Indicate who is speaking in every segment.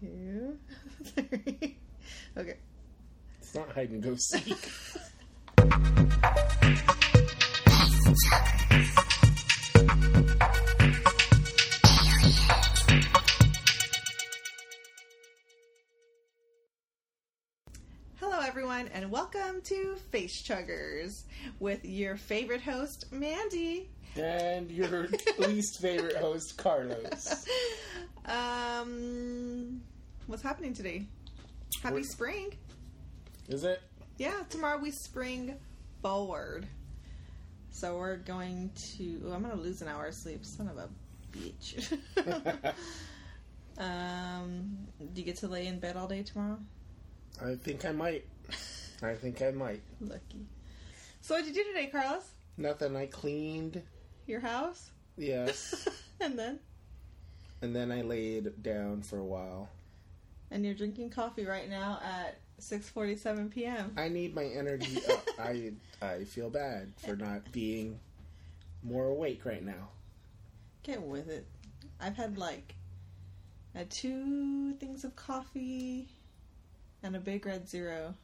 Speaker 1: two, three. Okay.
Speaker 2: It's not hide and go seek.
Speaker 1: Hello, everyone, and welcome to Face Chuggers with your favorite host, Mandy.
Speaker 2: and your least favorite host, Carlos.
Speaker 1: Um, what's happening today? Happy
Speaker 2: We're-
Speaker 1: spring.
Speaker 2: Is it?
Speaker 1: Yeah, tomorrow we spring forward. So we're going to. Oh, I'm going to lose an hour of sleep. Son of a bitch. um, do you get to lay in bed all day tomorrow?
Speaker 2: I think I might. I think I might.
Speaker 1: Lucky. So what would you do today, Carlos?
Speaker 2: Nothing. I cleaned.
Speaker 1: Your house?
Speaker 2: Yes.
Speaker 1: and then?
Speaker 2: and then I laid down for a while.
Speaker 1: And you're drinking coffee right now at 6:47 p.m.
Speaker 2: I need my energy up. I I feel bad for not being more awake right now.
Speaker 1: Get with it. I've had like uh, two things of coffee and a big red zero.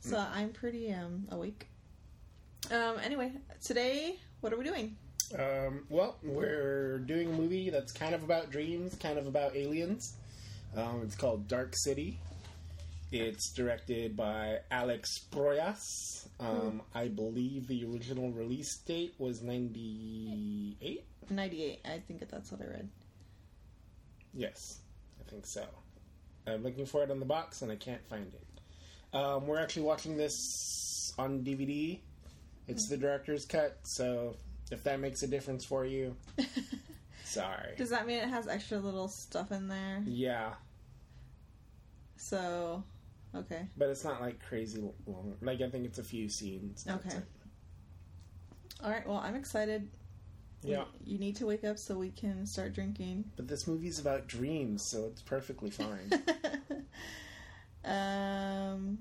Speaker 1: so I'm pretty um awake. Um anyway, today what are we doing?
Speaker 2: Um, well, we're doing a movie that's kind of about dreams, kind of about aliens. Um, it's called Dark City. It's directed by Alex Proyas. Um, I believe the original release date was 98?
Speaker 1: 98. I think that's what I read.
Speaker 2: Yes, I think so. I'm looking for it on the box and I can't find it. Um, we're actually watching this on DVD. It's the director's cut, so if that makes a difference for you, sorry.
Speaker 1: Does that mean it has extra little stuff in there?
Speaker 2: Yeah,
Speaker 1: So, okay.
Speaker 2: But it's not like crazy l- long. Like I think it's a few scenes. That's
Speaker 1: Okay.
Speaker 2: it.
Speaker 1: All right. Well, I'm excited. We-
Speaker 2: Yeah,
Speaker 1: You need to wake up so we can start drinking.
Speaker 2: but this movie's about dreams, so it's perfectly fine.
Speaker 1: um,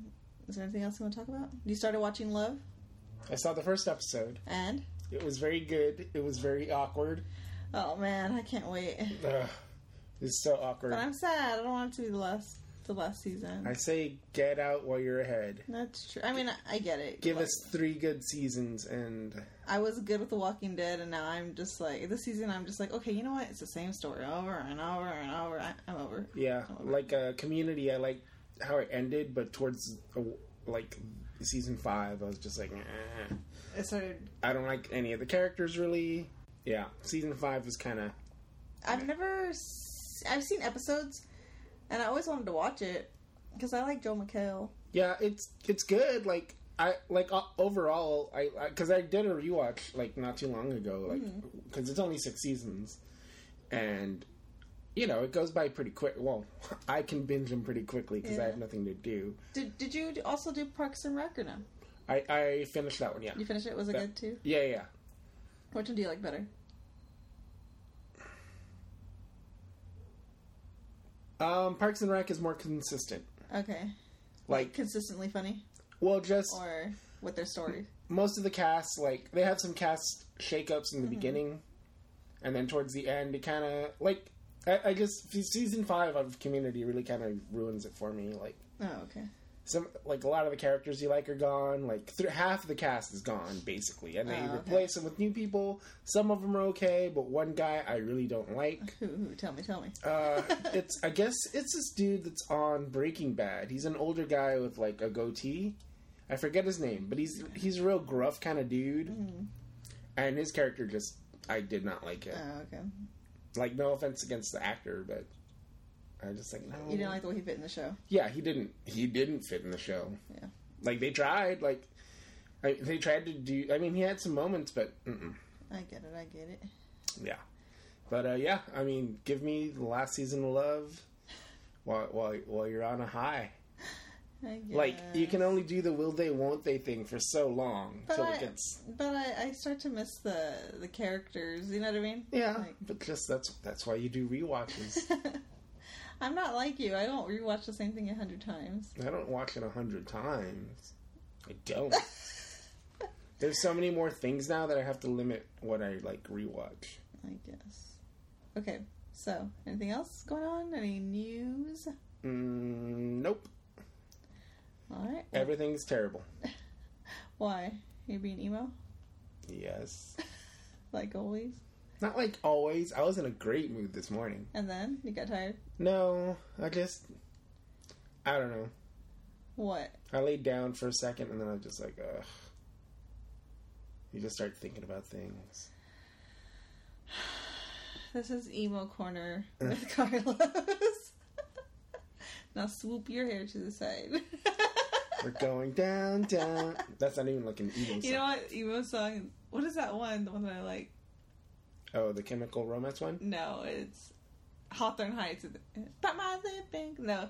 Speaker 1: is there anything else you want to talk about? You started watching Love,
Speaker 2: I saw the first episode.
Speaker 1: and
Speaker 2: It was very good. It was very awkward.
Speaker 1: oh man, I can't wait.
Speaker 2: Ugh, it's so awkward.
Speaker 1: But I'm sad. I don't want it to be the last, the last season.
Speaker 2: I say get out while you're ahead.
Speaker 1: That's true. I mean, I- I get it.
Speaker 2: Give
Speaker 1: Like,
Speaker 2: us three good seasons, and
Speaker 1: I was good with The Walking Dead, and now I'm just like this season. I'm just like, okay, you know what? It's the same story over and over and over. I, I'm over. it.
Speaker 2: yeah,
Speaker 1: Oh, okay.
Speaker 2: like a community. I like how it ended, but towards uh, like season five, I was just like, eh.
Speaker 1: It started
Speaker 2: I don't like any of the characters really. Yeah, season five was kind of
Speaker 1: I've never. s- I've seen episodes, and I always wanted to watch it because I like Joe McHale.
Speaker 2: Yeah, it's it's good. Like I like o- overall, I because I, did a rewatch like not too long ago, like
Speaker 1: Mm-hmm.
Speaker 2: because it's only six seasons, and you know it goes by pretty quick. Well, I can binge them pretty quickly because I
Speaker 1: Yeah.
Speaker 2: have nothing to do.
Speaker 1: Did Did you do- also do Parks and Rec or no?
Speaker 2: I I finished that one. Yeah,
Speaker 1: You finished it? Was it
Speaker 2: Yeah.
Speaker 1: good too?
Speaker 2: yeah, yeah.
Speaker 1: Which one do you like better?
Speaker 2: Um, Parks and Rec is more consistent.
Speaker 1: Okay,
Speaker 2: Like,
Speaker 1: consistently funny
Speaker 2: well, just
Speaker 1: or with their story?
Speaker 2: most of the cast, like they have some cast shakeups
Speaker 1: Mm-hmm.
Speaker 2: in the beginning, and then towards the end, it kind of like I, I just se- season five of Community really kind of ruins it for me. Like
Speaker 1: Oh, okay.
Speaker 2: some like a lot of the characters you like are gone. Like th- half the cast is gone basically, and they
Speaker 1: Oh, okay.
Speaker 2: replace them with new people. Some of them are okay, but one guy I really don't like.
Speaker 1: Who, who? Tell me, tell me.
Speaker 2: Uh, it's I guess it's this dude that's on Breaking Bad. He's an older guy with like a goatee. I forget his name, but he's he's a real gruff kind of dude.
Speaker 1: Mm-hmm.
Speaker 2: And his character just I did not like it.
Speaker 1: Oh, okay.
Speaker 2: Like no offense against the actor, but I was just like no.
Speaker 1: You didn't like the way he fit in the show.
Speaker 2: yeah, he didn't he didn't fit in the show.
Speaker 1: Yeah.
Speaker 2: Like they tried like I, they tried to do I mean he had some moments but mm-mm,
Speaker 1: I get it. I get it.
Speaker 2: yeah. But uh, yeah, I mean give me the last season of love while while while you're on a high.
Speaker 1: I get
Speaker 2: Like you
Speaker 1: it.
Speaker 2: can only do the will they won't they thing for so long
Speaker 1: But
Speaker 2: till
Speaker 1: I,
Speaker 2: it gets
Speaker 1: but I, I start to miss the the characters. You know what I mean?
Speaker 2: yeah.
Speaker 1: Like-
Speaker 2: but just that's that's why you do rewatches.
Speaker 1: I'm not like you. I don't rewatch the same thing a hundred times.
Speaker 2: I don't watch it a hundred times. I don't. There's so many more things now that I have to limit what I like rewatch.
Speaker 1: I guess. Okay. So, anything else going on? Any news?
Speaker 2: Mm, nope.
Speaker 1: All right. Well,
Speaker 2: Everything's terrible.
Speaker 1: Why? You being emo?
Speaker 2: Yes.
Speaker 1: Like always?
Speaker 2: Not like always. I was in a great mood this morning.
Speaker 1: And then? You got tired?
Speaker 2: No, I just. I don't know.
Speaker 1: What?
Speaker 2: I laid down for a second and then I was just like, ugh. You just start thinking about things.
Speaker 1: This is emo corner with Carlos. now swoop your hair to the side.
Speaker 2: We're going down, down. That's not even like an emo song.
Speaker 1: you know what emo song? What is that one? The one that I like?
Speaker 2: Oh, the chemical romance one?
Speaker 1: No, it's Hawthorne Heights. But my lip pink. No,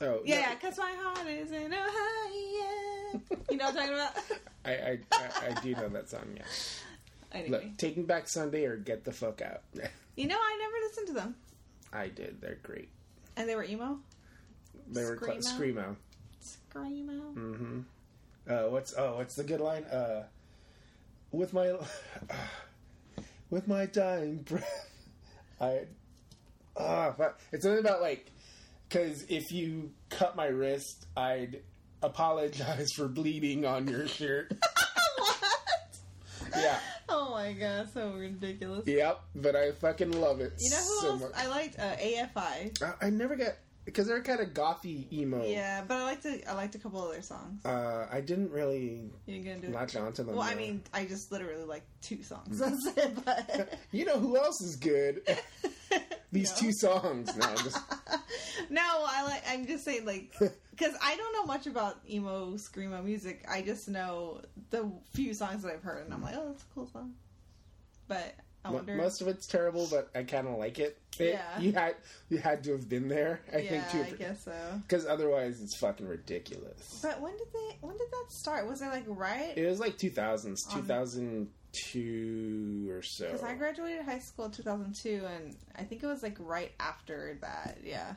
Speaker 2: Oh,
Speaker 1: yeah,
Speaker 2: no.
Speaker 1: yeah, cause my heart is in Ohio. You know what I'm talking about?
Speaker 2: I, I, I, I do know that song, yeah.
Speaker 1: anyway,
Speaker 2: Look, Taking Back Sunday or Get the Fuck Out.
Speaker 1: you know I never listened to them,
Speaker 2: I did. They're great.
Speaker 1: and they were emo,
Speaker 2: They were cla-
Speaker 1: Screamo?
Speaker 2: Screamo.
Speaker 1: screamo.
Speaker 2: Mm-hmm. Uh, what's oh, what's the good line? Uh, with my with my dying breath, I ah, fuck. it's something about like because if you cut my wrist, I'd apologize for bleeding on your shirt.
Speaker 1: what?
Speaker 2: yeah,
Speaker 1: Oh my god, so ridiculous.
Speaker 2: yep. But I fucking love it.
Speaker 1: You know who
Speaker 2: so
Speaker 1: else
Speaker 2: much.
Speaker 1: I liked? Uh, AFI.
Speaker 2: I, I never got because they're kind of gothy emo.
Speaker 1: Yeah, but I liked a, I liked a couple other songs.
Speaker 2: Uh, I didn't really
Speaker 1: You didn't get into it.
Speaker 2: latch onto them. Hmm.
Speaker 1: Well, I
Speaker 2: though.
Speaker 1: mean, I just literally like two songs. That's it. But
Speaker 2: you know who else is good? These
Speaker 1: No.
Speaker 2: two songs. No, I'm just
Speaker 1: no, I like. I'm just saying, like, because I don't know much about emo screamo music. I just know the few songs that I've heard, and I'm like, oh, that's a cool song. But I
Speaker 2: Mo-
Speaker 1: wonder.
Speaker 2: Most of it's terrible, but I kind of like it. It-
Speaker 1: Yeah.
Speaker 2: You had you had to have been there, I
Speaker 1: yeah,
Speaker 2: think,
Speaker 1: I
Speaker 2: too,
Speaker 1: guess so.
Speaker 2: because otherwise it's fucking ridiculous.
Speaker 1: But when did they? When did that start? Was it like right?
Speaker 2: It was like 2000s,
Speaker 1: Um,
Speaker 2: 2002 or so.
Speaker 1: Because I graduated high school in 2002, and I think it was like right after that. Yeah,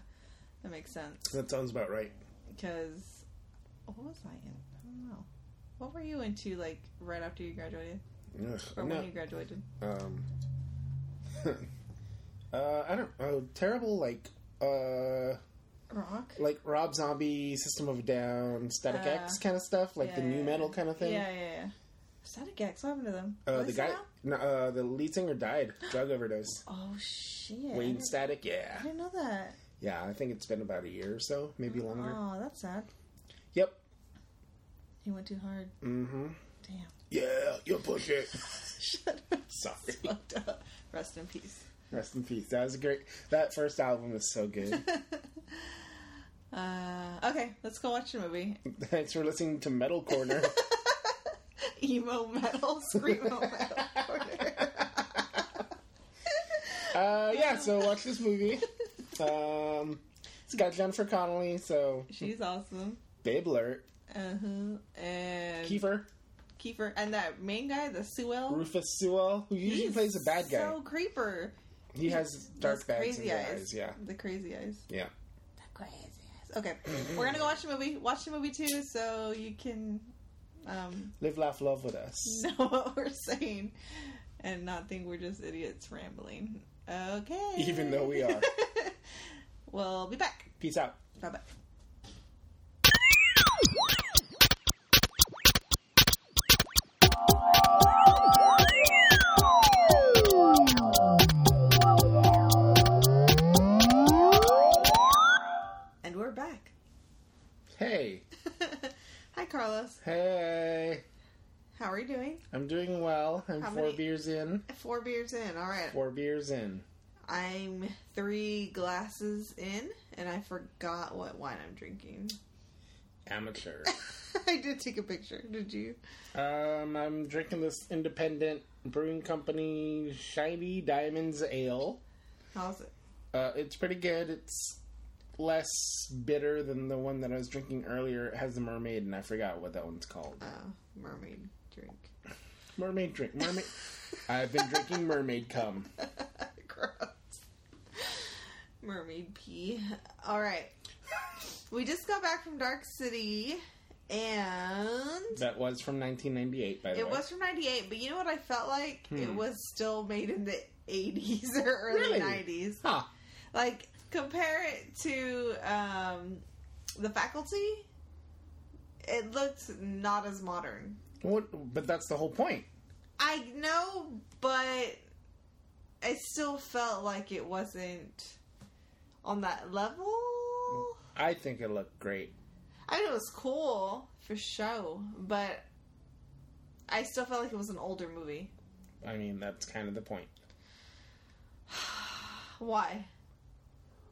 Speaker 1: that makes sense.
Speaker 2: That sounds about right.
Speaker 1: Because what was I in? I don't know. What were you into like right after you graduated,
Speaker 2: Ugh,
Speaker 1: or
Speaker 2: I'm
Speaker 1: when
Speaker 2: not-
Speaker 1: you graduated?
Speaker 2: um, uh, I don't. Oh, terrible! Like, uh,
Speaker 1: Rock.
Speaker 2: like Rob Zombie, System of a Down, Static
Speaker 1: Uh,
Speaker 2: X kind of stuff, like the
Speaker 1: yeah,
Speaker 2: new
Speaker 1: yeah,
Speaker 2: metal kind of thing.
Speaker 1: Yeah, yeah, yeah. Static X, what happened to them?
Speaker 2: Uh,
Speaker 1: Are
Speaker 2: the
Speaker 1: they still
Speaker 2: guy,
Speaker 1: out?
Speaker 2: no, uh, the lead singer died, drug overdose.
Speaker 1: Oh shit! I
Speaker 2: Wayne
Speaker 1: didn't-
Speaker 2: Static, yeah.
Speaker 1: I didn't know that.
Speaker 2: Yeah, I think it's been about a year or so, maybe longer.
Speaker 1: Oh, that's sad.
Speaker 2: Yep.
Speaker 1: He went too hard.
Speaker 2: Mm-hmm.
Speaker 1: Damn.
Speaker 2: Yeah, you push it.
Speaker 1: Shut up.
Speaker 2: Sorry.
Speaker 1: Fucked up. Rest in peace.
Speaker 2: Rest in peace. That was a great. That first album is so good.
Speaker 1: Uh, okay, let's go watch a movie.
Speaker 2: Thanks for listening to Metal Corner.
Speaker 1: Emo metal, screamo metal.
Speaker 2: uh, yeah, so watch this movie. Um, it's got Jennifer Connelly, so
Speaker 1: She's awesome.
Speaker 2: babe alert.
Speaker 1: Uh huh. And
Speaker 2: Kiefer,
Speaker 1: Kiefer, and that main guy, the Sewell.
Speaker 2: Rufus Sewell, who usually
Speaker 1: he's
Speaker 2: plays a bad guy.
Speaker 1: So creeper.
Speaker 2: he has dark
Speaker 1: Those
Speaker 2: bags in his eyes. Yeah,
Speaker 1: The crazy eyes.
Speaker 2: yeah.
Speaker 1: The crazy eyes. Okay, we're gonna go watch a movie. Watch the movie too, so you can um,
Speaker 2: Live, laugh, love with us.
Speaker 1: know what we're saying and not think we're just idiots rambling. Okay.
Speaker 2: Even though we are.
Speaker 1: we'll be back.
Speaker 2: Peace out.
Speaker 1: Bye bye. And we're back.
Speaker 2: Hey,
Speaker 1: Hi, Carlos.
Speaker 2: hey.
Speaker 1: How are you doing?
Speaker 2: I'm doing well. I'm
Speaker 1: How
Speaker 2: four
Speaker 1: many-
Speaker 2: beers in.
Speaker 1: Four beers in. All right.
Speaker 2: Four beers in.
Speaker 1: I'm three glasses in, and I forgot what wine I'm drinking.
Speaker 2: Amateur.
Speaker 1: I did take a picture. Did you?
Speaker 2: um, I'm drinking this independent brewing company Shiny Diamonds Ale.
Speaker 1: How's it?
Speaker 2: Uh, it's pretty good. It's less bitter than the one that I was drinking earlier. It has the mermaid, and I forgot what that one's called.
Speaker 1: Uh, mermaid drink.
Speaker 2: Mermaid drink. Mermaid. I've been drinking mermaid cum.
Speaker 1: Gross. Mermaid pee. All right. We just got back from Dark City, And
Speaker 2: That was from 1998, by the
Speaker 1: it
Speaker 2: way.
Speaker 1: was from 98, but you know what I felt like? It
Speaker 2: Hmm.
Speaker 1: was still made in the 80s or early
Speaker 2: Really?
Speaker 1: 90s.
Speaker 2: Huh.
Speaker 1: Like, compare it to um, The Faculty. It looked not as modern.
Speaker 2: What, but that's the whole point.
Speaker 1: I know, but I still felt like it wasn't on that level.
Speaker 2: I think it looked great.
Speaker 1: I know it was cool for show, but I still felt like it was an older movie.
Speaker 2: I mean, that's kind of the point.
Speaker 1: Why?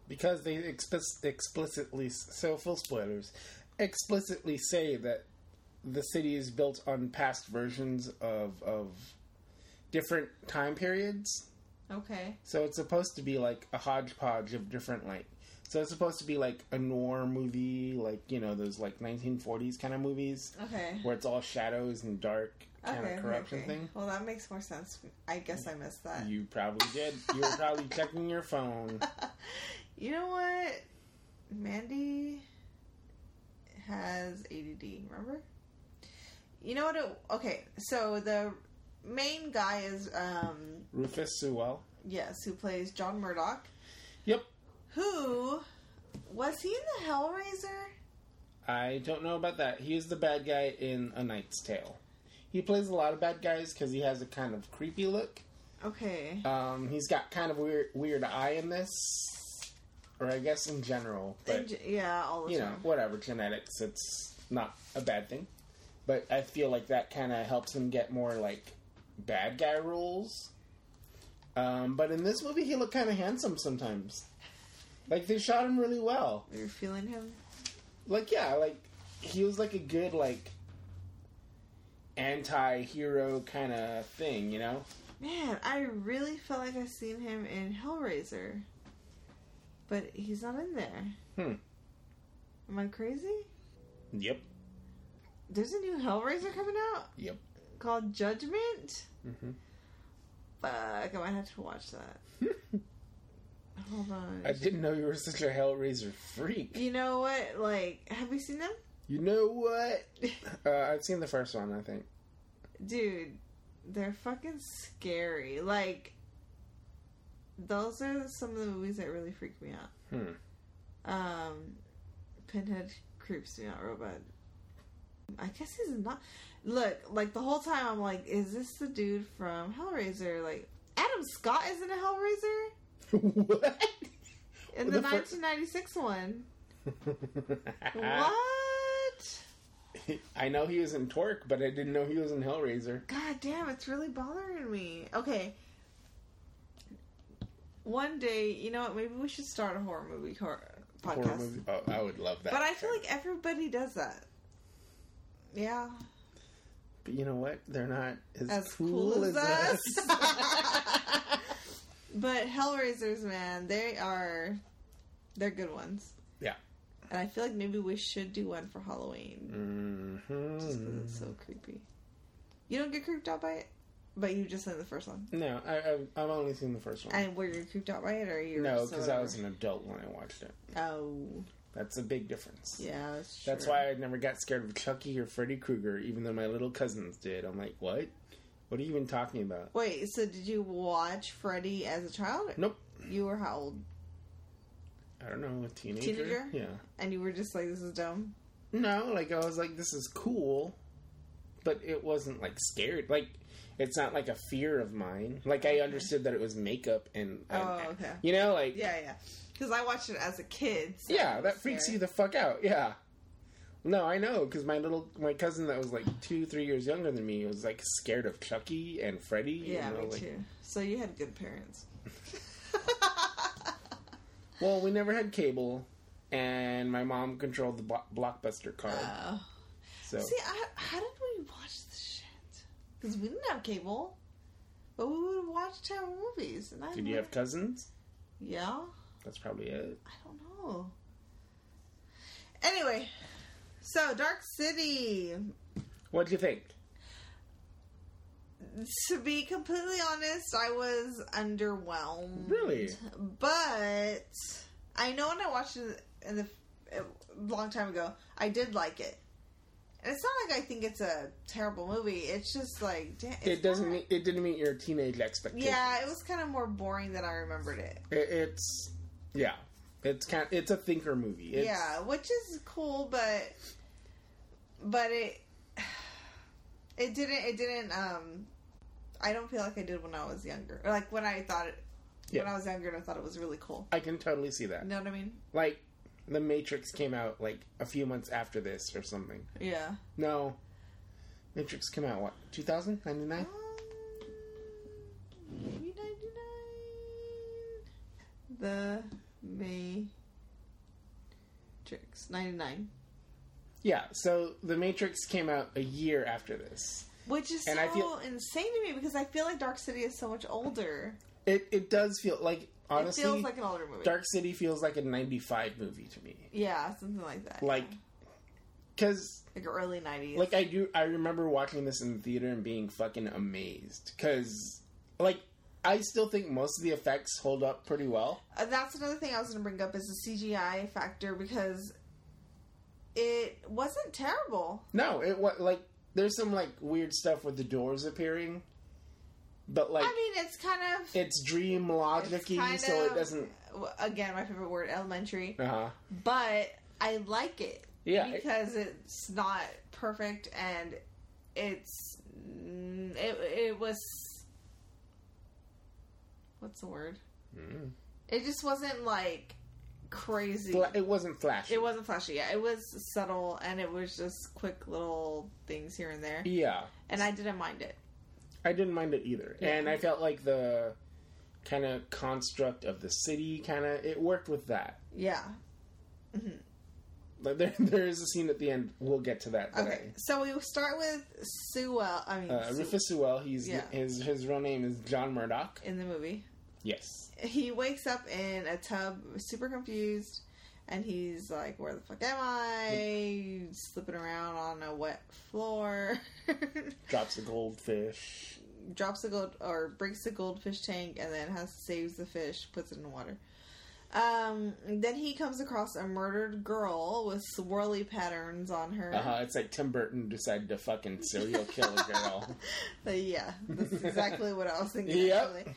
Speaker 2: Because they explic- explicitly, so full spoilers, explicitly say that the city is built on past versions of, of different time periods.
Speaker 1: Okay.
Speaker 2: So it's supposed to be like a hodgepodge of different, like, so it's supposed to be like a noir movie, like, you know, those like 1940s kind of movies
Speaker 1: Okay.
Speaker 2: where it's all shadows and dark kind
Speaker 1: okay.
Speaker 2: of corruption
Speaker 1: okay.
Speaker 2: thing.
Speaker 1: Well, that makes more sense. I guess I missed that.
Speaker 2: You probably did. You were probably checking your phone.
Speaker 1: You know what? Mandy has ADD, remember? You know what? It, okay, so the main guy is, um,
Speaker 2: Rufus Sewell.
Speaker 1: yes, who plays John Murdoch,
Speaker 2: Yep.
Speaker 1: who was he in the Hellraiser?
Speaker 2: I don't know about that. He is the bad guy in A Knight's Tale. He plays a lot of bad guys because he has a kind of creepy look.
Speaker 1: Okay.
Speaker 2: Um, he's got kind of weird, weird eye in this, or I guess in general. But
Speaker 1: And- yeah, all the
Speaker 2: you know,
Speaker 1: time.
Speaker 2: whatever genetics, it's not a bad thing. But I feel like that kind of helps him get more like bad guy roles. Um, but in this movie, he looked kind of handsome sometimes. Like they shot him really well.
Speaker 1: You're feeling him?
Speaker 2: Like yeah, like he was like a good like anti-hero kind of thing, you know?
Speaker 1: Man, I really felt like I seen him in Hellraiser, but he's not in there.
Speaker 2: Hmm.
Speaker 1: Am I crazy?
Speaker 2: Yep.
Speaker 1: There's a new Hellraiser coming out
Speaker 2: Yep.
Speaker 1: called Judgment.
Speaker 2: hmm
Speaker 1: Fuck, I might have to watch that. Hold on.
Speaker 2: I didn't know you were such a Hellraiser freak.
Speaker 1: You know what? Like, have you seen them?
Speaker 2: You know what? Uh, I've seen the first one, I think.
Speaker 1: Dude, they're fucking scary. Like, those are some of the movies that really freak me out.
Speaker 2: Hmm.
Speaker 1: Um, Pinhead creeps me out real bad. I guess he's not. Look, like the whole time I'm like, is this the dude from Hellraiser? Like, Adam Scott isn't a Hellraiser?
Speaker 2: what?
Speaker 1: In the,
Speaker 2: The fir-
Speaker 1: 1996 one.
Speaker 2: Ah.
Speaker 1: what?
Speaker 2: I know he was in Torque, but I didn't know he was in Hellraiser.
Speaker 1: God damn, it's really bothering me. Okay. One day, you know what? Maybe we should start a horror movie horror podcast.
Speaker 2: Horror movie. Oh, I would love that.
Speaker 1: But I feel like everybody does that. Yeah.
Speaker 2: But you know what? They're not as,
Speaker 1: As
Speaker 2: cool, as, us.
Speaker 1: us. but Hellraisers, man, they are they're good ones.
Speaker 2: Yeah.
Speaker 1: And I feel like maybe we should do one for Halloween. Just 'cause
Speaker 2: Mhm.
Speaker 1: it's so creepy. You don't get creeped out by it, but you just said the first one.
Speaker 2: No, I, I've, I've only seen the first one.
Speaker 1: And were you creeped out by it, or you? were
Speaker 2: no,
Speaker 1: just
Speaker 2: because I
Speaker 1: whatever?
Speaker 2: was an adult when I watched it.
Speaker 1: Oh,
Speaker 2: That's a big difference.
Speaker 1: yeah, that's, true.
Speaker 2: That's why I never got scared of Chucky or Freddy Krueger, even though my little cousins did. I'm like, what? What are you even talking about?
Speaker 1: Wait, so did you watch Freddy as a child?
Speaker 2: Nope.
Speaker 1: You were how old?
Speaker 2: I don't know, a
Speaker 1: Teenager?
Speaker 2: Yeah.
Speaker 1: And you were just like, "This is dumb."
Speaker 2: No, like I was like, this is cool, but it wasn't like scared. Like it's not like a fear of mine. Like I understood that it was makeup and, and
Speaker 1: Oh, okay.
Speaker 2: you know, like yeah,
Speaker 1: Yeah, yeah. Because I watched it as a kid. so it was
Speaker 2: that freaks
Speaker 1: scary.
Speaker 2: you the fuck out. Yeah. No, I know because my little my cousin that was like two three years younger than me was like scared of Chucky and Freddy. you
Speaker 1: Yeah,
Speaker 2: know,
Speaker 1: me
Speaker 2: like-
Speaker 1: too. So you had good parents.
Speaker 2: Well, we never had cable, and my mom controlled the blo- blockbuster card.
Speaker 1: Oh.
Speaker 2: so
Speaker 1: See, I, how did we watch this shit? Because we didn't have cable, but we would watch terrible movies. And I
Speaker 2: did you have cousins?
Speaker 1: Yeah,
Speaker 2: That's probably it.
Speaker 1: I don't know. Anyway, so Dark City.
Speaker 2: What'd you think?
Speaker 1: To be completely honest, I was underwhelmed.
Speaker 2: Really?
Speaker 1: But I know when I watched it in the a long time ago, I did like it, And it's not like I think it's a terrible movie. It's just like da- it's
Speaker 2: It doesn't.
Speaker 1: not-
Speaker 2: meet- It didn't meet your teenage expectations.
Speaker 1: yeah, it was kind of more boring than I remembered it.
Speaker 2: It- it's yeah. It's kind. It's a thinker movie. It's,
Speaker 1: yeah, which is cool, but but it it didn't it didn't um I don't feel like I did when I was younger. Or like when I thought it when
Speaker 2: Yeah.
Speaker 1: I was younger and I thought it was really cool.
Speaker 2: I can totally see that.
Speaker 1: You know what I mean?
Speaker 2: Like, The Matrix came out like a few months after this or something.
Speaker 1: Yeah.
Speaker 2: No, Matrix came out what 2000 99?
Speaker 1: Um, Three ninety nine. The Matrix ninety nine,
Speaker 2: Yeah. So The Matrix came out a year after this.
Speaker 1: which is
Speaker 2: And
Speaker 1: so
Speaker 2: I feel-
Speaker 1: insane to me because I feel like Dark City is so much older.
Speaker 2: It it does feel like honestly
Speaker 1: it feels like an older movie.
Speaker 2: Dark City feels like a 95 movie to me.
Speaker 1: yeah, something like that.
Speaker 2: Like
Speaker 1: yeah.
Speaker 2: cuz
Speaker 1: like early nineties.
Speaker 2: like I do I remember watching this in the theater and being fucking amazed cuz like I still think most of the effects hold up pretty well.
Speaker 1: Uh, that's another thing I was going to bring up is the CGI factor because it wasn't terrible.
Speaker 2: No, it was like there's some like weird stuff with the doors appearing, but like
Speaker 1: I mean, it's kind of
Speaker 2: it's dream
Speaker 1: It's
Speaker 2: logicy,
Speaker 1: kind
Speaker 2: so it
Speaker 1: of-
Speaker 2: doesn't.
Speaker 1: Again, my favorite word, elementary.
Speaker 2: Uh huh.
Speaker 1: But I like it
Speaker 2: Yeah, it-
Speaker 1: because it's not perfect and it's mm, it it was what's the word?
Speaker 2: Mm.
Speaker 1: It just wasn't like crazy.
Speaker 2: Fla- it wasn't flashy.
Speaker 1: It wasn't flashy. Yeah, it was subtle and it was just quick little things here and there.
Speaker 2: Yeah,
Speaker 1: And I didn't mind it.
Speaker 2: I didn't mind it either,
Speaker 1: Yeah.
Speaker 2: and I felt like the kind of construct of the city kind of it worked with that.
Speaker 1: Yeah. Mm-hmm.
Speaker 2: Like there, there is a scene at the end. We'll get to that. that
Speaker 1: Okay. So we will start with Sewell. I mean,
Speaker 2: I- Uh,
Speaker 1: Sue-
Speaker 2: Rufus Sewell. He's
Speaker 1: Yeah.
Speaker 2: his his real name is John Murdoch.
Speaker 1: in the movie.
Speaker 2: Yes.
Speaker 1: he wakes up in a tub, super confused, and he's like, "Where the fuck am I?" Slipping around on a wet floor,
Speaker 2: Drops a goldfish.
Speaker 1: drops a gold or breaks the goldfish tank, and then has saves the fish, puts it in water. Um, then he comes across a murdered girl with swirly patterns on her.
Speaker 2: Uh huh. It's like Tim Burton decided to fucking serial kill a girl.
Speaker 1: But yeah, that's exactly what I was thinking.
Speaker 2: Yep.
Speaker 1: Actually.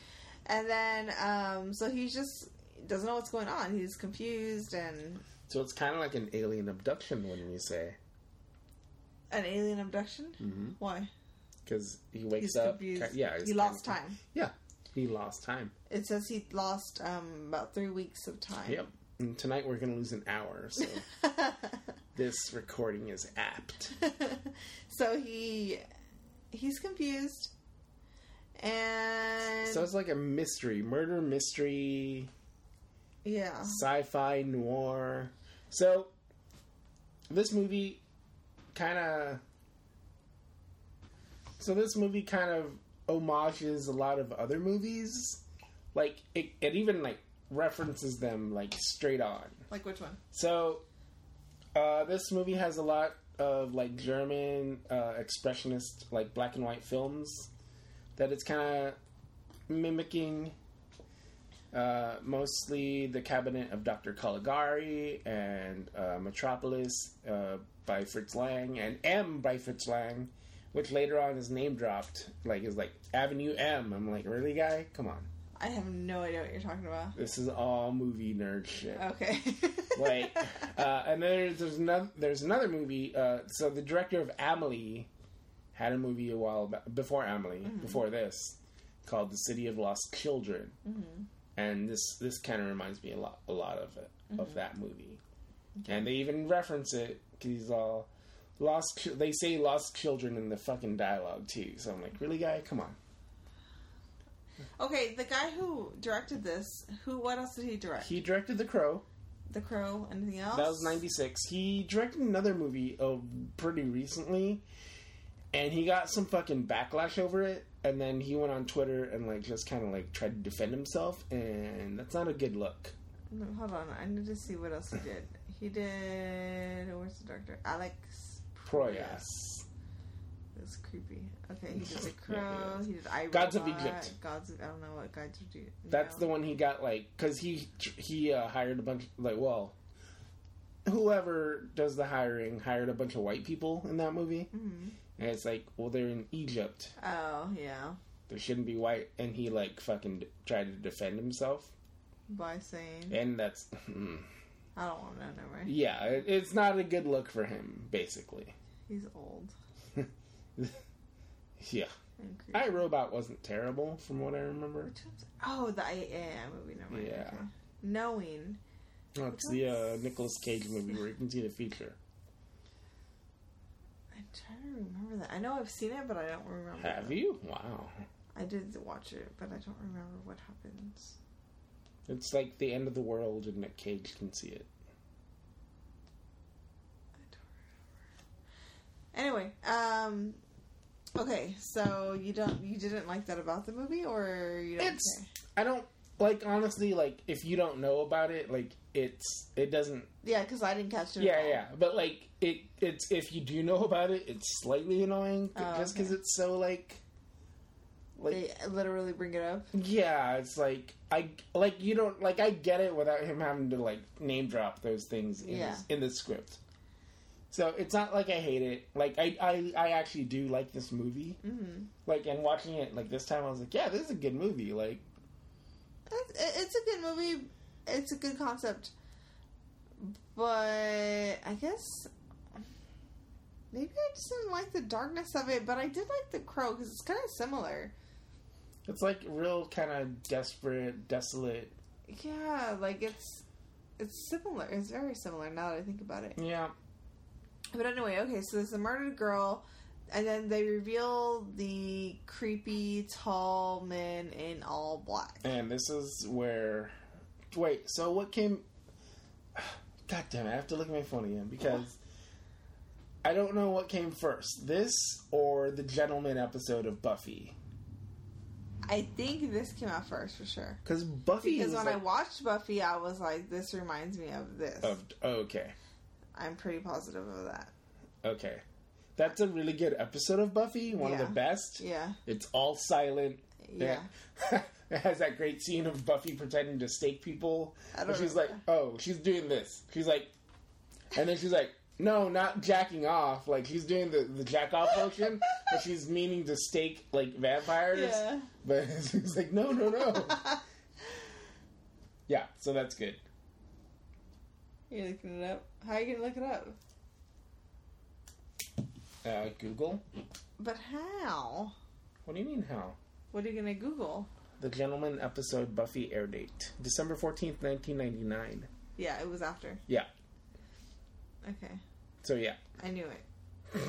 Speaker 1: And then, um, so he's just doesn't know what's going on. He's confused and
Speaker 2: So it's kind of like an alien abduction, wouldn't you say?
Speaker 1: an alien abduction.
Speaker 2: Mm-hmm.
Speaker 1: Why?
Speaker 2: Because he wakes
Speaker 1: He's
Speaker 2: up.
Speaker 1: confused.
Speaker 2: ki- Yeah, he's
Speaker 1: he lost
Speaker 2: kinda-
Speaker 1: time.
Speaker 2: Yeah, he lost time.
Speaker 1: It says he lost um, about three weeks of time.
Speaker 2: Yep. And tonight we're gonna lose an hour, so this recording is apt.
Speaker 1: so he he's confused, and
Speaker 2: So it's like a mystery, murder mystery,
Speaker 1: yeah,
Speaker 2: sci-fi noir. So this movie kind of. So this movie kind of homages a lot of other movies, like it, it even like references them like straight on.
Speaker 1: like which one?
Speaker 2: So, uh, this movie has a lot of like German uh, expressionist, like black and white films that it's kind of mimicking. Uh, mostly the Cabinet of Dr. Caligari and uh, Metropolis uh, by Fritz Lang and M by Fritz Lang, which later on is name dropped. Like is like Avenue M. I'm like, really, guy? Come on,
Speaker 1: I have no idea what you're talking about.
Speaker 2: this is all movie nerd shit
Speaker 1: Okay,
Speaker 2: like uh, and there's there's another there's another movie uh, so the director of Amelie had a movie a while ba- before Amelie before this called The City of Lost Children and this this kind of reminds me a lot a lot of it, of that movie and they even reference it because he's all lost chi- they say lost children in the fucking dialogue too so I'm like really guy come on
Speaker 1: okay. The guy who directed this, who? What else did he direct?
Speaker 2: he directed The Crow
Speaker 1: the Crow. Anything else?
Speaker 2: That was '96. He directed another movie uh, pretty recently, and he got some fucking backlash over it. And then he went on Twitter and like just kind of like tried to defend himself, and that's not a good look.
Speaker 1: No, hold on. I need to see what else he did. He did. Where's the doctor? Alex
Speaker 2: Proyas.
Speaker 1: That's creepy. Okay, he did The
Speaker 2: Yeah,
Speaker 1: Crow.
Speaker 2: he
Speaker 1: he did I
Speaker 2: Gods of
Speaker 1: Robot,
Speaker 2: Egypt.
Speaker 1: Gods of I don't know what Gods of Egypt.
Speaker 2: That's the one he got like because he he uh, hired a bunch like well. whoever does the hiring hired a bunch of white people in that movie,
Speaker 1: Mhm.
Speaker 2: and it's like, well, they're in Egypt.
Speaker 1: Oh yeah,
Speaker 2: They shouldn't be white, and he like fucking d- tried to defend himself,
Speaker 1: by saying
Speaker 2: and that's hmm.
Speaker 1: I don't want to know no more.
Speaker 2: yeah, it, it's not a good look for him, basically.
Speaker 1: He's old
Speaker 2: Yeah,
Speaker 1: and creepy.
Speaker 2: I Robot wasn't terrible from what I remember.
Speaker 1: Which one's- Oh, the I- yeah, yeah, movie. Never mind.
Speaker 2: Yeah.
Speaker 1: okay. Knowing.
Speaker 2: Oh, it's the uh, Nicolas Cage movie where you can see the feature.
Speaker 1: I'm trying to remember that. I know I've seen it, but I don't remember.
Speaker 2: Have you? Wow,
Speaker 1: I did watch it, but I don't remember what happens.
Speaker 2: it's like the end of the world, and Nick Cage can see it.
Speaker 1: Anyway, um, okay, so you don't you didn't like that about the movie, or you don't
Speaker 2: It's-
Speaker 1: care?
Speaker 2: I don't like honestly like if you don't know about it like it's it doesn't
Speaker 1: yeah, because I didn't catch it. at
Speaker 2: yeah
Speaker 1: all.
Speaker 2: yeah but like it it's if you do know about it it's slightly annoying
Speaker 1: Oh,
Speaker 2: just because
Speaker 1: okay.
Speaker 2: it's so like like
Speaker 1: They literally bring it up.
Speaker 2: yeah it's like I like you don't like I get it without him having to like name drop those things in
Speaker 1: Yeah.
Speaker 2: this, in the script so it's not like I hate it like I I, I actually do like this movie
Speaker 1: Mm-hmm.
Speaker 2: like and watching it like this time I was like yeah this is a good movie like
Speaker 1: It's, it's a good movie. It's a good concept, but I guess maybe I just didn't like the darkness of it. But I did like the crow because it's kind of similar.
Speaker 2: it's like real kind of desperate desolate
Speaker 1: Yeah, like it's it's similar. It's very similar now that I think about it.
Speaker 2: Yeah,
Speaker 1: But anyway, okay, so there's a murdered girl, and then they reveal the creepy tall man in all black.
Speaker 2: and this is where. Wait, so what came? God damn it! I have to look at my phone again because I don't know what came first: this or the gentleman episode of Buffy.
Speaker 1: I think this came out first for sure.
Speaker 2: Because Buffy
Speaker 1: Because
Speaker 2: is
Speaker 1: when I
Speaker 2: like,
Speaker 1: watched Buffy, I was like, this reminds me of this.
Speaker 2: of, oh, okay,
Speaker 1: I'm pretty positive of that.
Speaker 2: okay, that's a really good episode of Buffy. One of
Speaker 1: Yeah.
Speaker 2: the best.
Speaker 1: Yeah.
Speaker 2: It's all silent.
Speaker 1: Yeah.
Speaker 2: it has that great scene of Buffy pretending to stake people.
Speaker 1: I don't
Speaker 2: And she's like,
Speaker 1: remember.
Speaker 2: oh, she's doing this. She's like, and then she's like, no, not jacking off. Like, she's doing the, the jack off motion, but she's meaning to stake, like, vampires.
Speaker 1: Yeah.
Speaker 2: But she's like, no, no, no. yeah, so that's good.
Speaker 1: You're looking it up. How are you going to look it up?
Speaker 2: Uh, Google?
Speaker 1: But how?
Speaker 2: What do you mean, how?
Speaker 1: What are you going to Google?
Speaker 2: The Gentleman episode Buffy air date December 14th, 1999.
Speaker 1: Yeah, it was after.
Speaker 2: Yeah,
Speaker 1: Okay.
Speaker 2: so yeah.
Speaker 1: I knew it.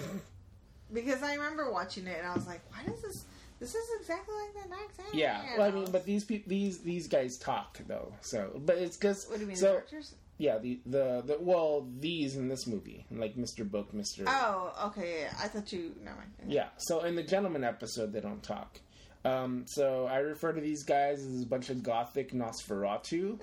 Speaker 1: because I remember watching it and I was like, why does this this is exactly like the Dark Side.
Speaker 2: Yeah, well, I mean, but these peop these these guys talk though, so but it's just
Speaker 1: what do you mean the
Speaker 2: so
Speaker 1: characters?
Speaker 2: yeah the, the the well these in this movie like Mr. Book Mr.
Speaker 1: Oh, okay, yeah. I thought you never mind.
Speaker 2: yeah so in the gentleman episode they don't talk, um so I refer to these guys as a bunch of gothic Nosferatu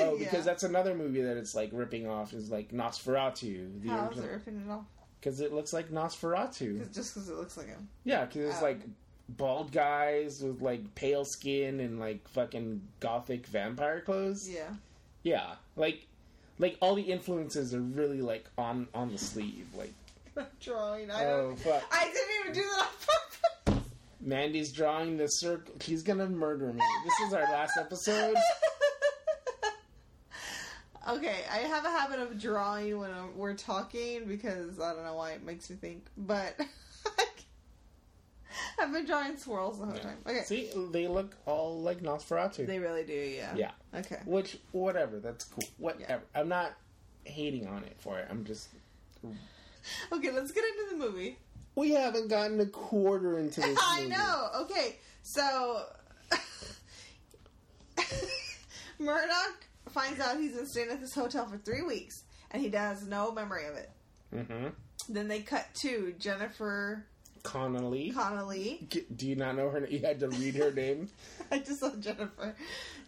Speaker 2: oh because
Speaker 1: Yeah.
Speaker 2: that's another movie that it's like ripping off is like Nosferatu
Speaker 1: How is it
Speaker 2: the
Speaker 1: ripping it off?
Speaker 2: because it looks like Nosferatu
Speaker 1: Oh, 'Cause- Just because it looks like him.
Speaker 2: Yeah, because it's
Speaker 1: Oh.
Speaker 2: like bald guys with like pale skin and like fucking gothic vampire clothes.
Speaker 1: Yeah.
Speaker 2: Yeah, like like all the influences are really like on on the sleeve. Like
Speaker 1: Drawing. I
Speaker 2: Oh,
Speaker 1: don't.
Speaker 2: fuck.
Speaker 1: I didn't even do that on purpose.
Speaker 2: Mandy's drawing the circle. She's gonna murder me. This is our last episode.
Speaker 1: okay, I have a habit of drawing when I'm, we're talking because I don't know why it makes me think, but I've been drawing swirls the whole time. Okay,
Speaker 2: See, they look all like Nosferatu.
Speaker 1: they really do, yeah.
Speaker 2: yeah,
Speaker 1: Okay.
Speaker 2: which whatever. That's cool. Whatever. I'm not hating on it for it. I'm just.
Speaker 1: Okay, let's get into the movie.
Speaker 2: We haven't gotten a quarter into this.
Speaker 1: I
Speaker 2: movie.
Speaker 1: know. Okay, so Murdoch finds out he's been staying at this hotel for three weeks, and he has no memory of it.
Speaker 2: Mm-hmm.
Speaker 1: Then they cut to Jennifer
Speaker 2: Connolly.
Speaker 1: Connolly.
Speaker 2: G- Do you not know her? You had to read her name.
Speaker 1: I just saw Jennifer.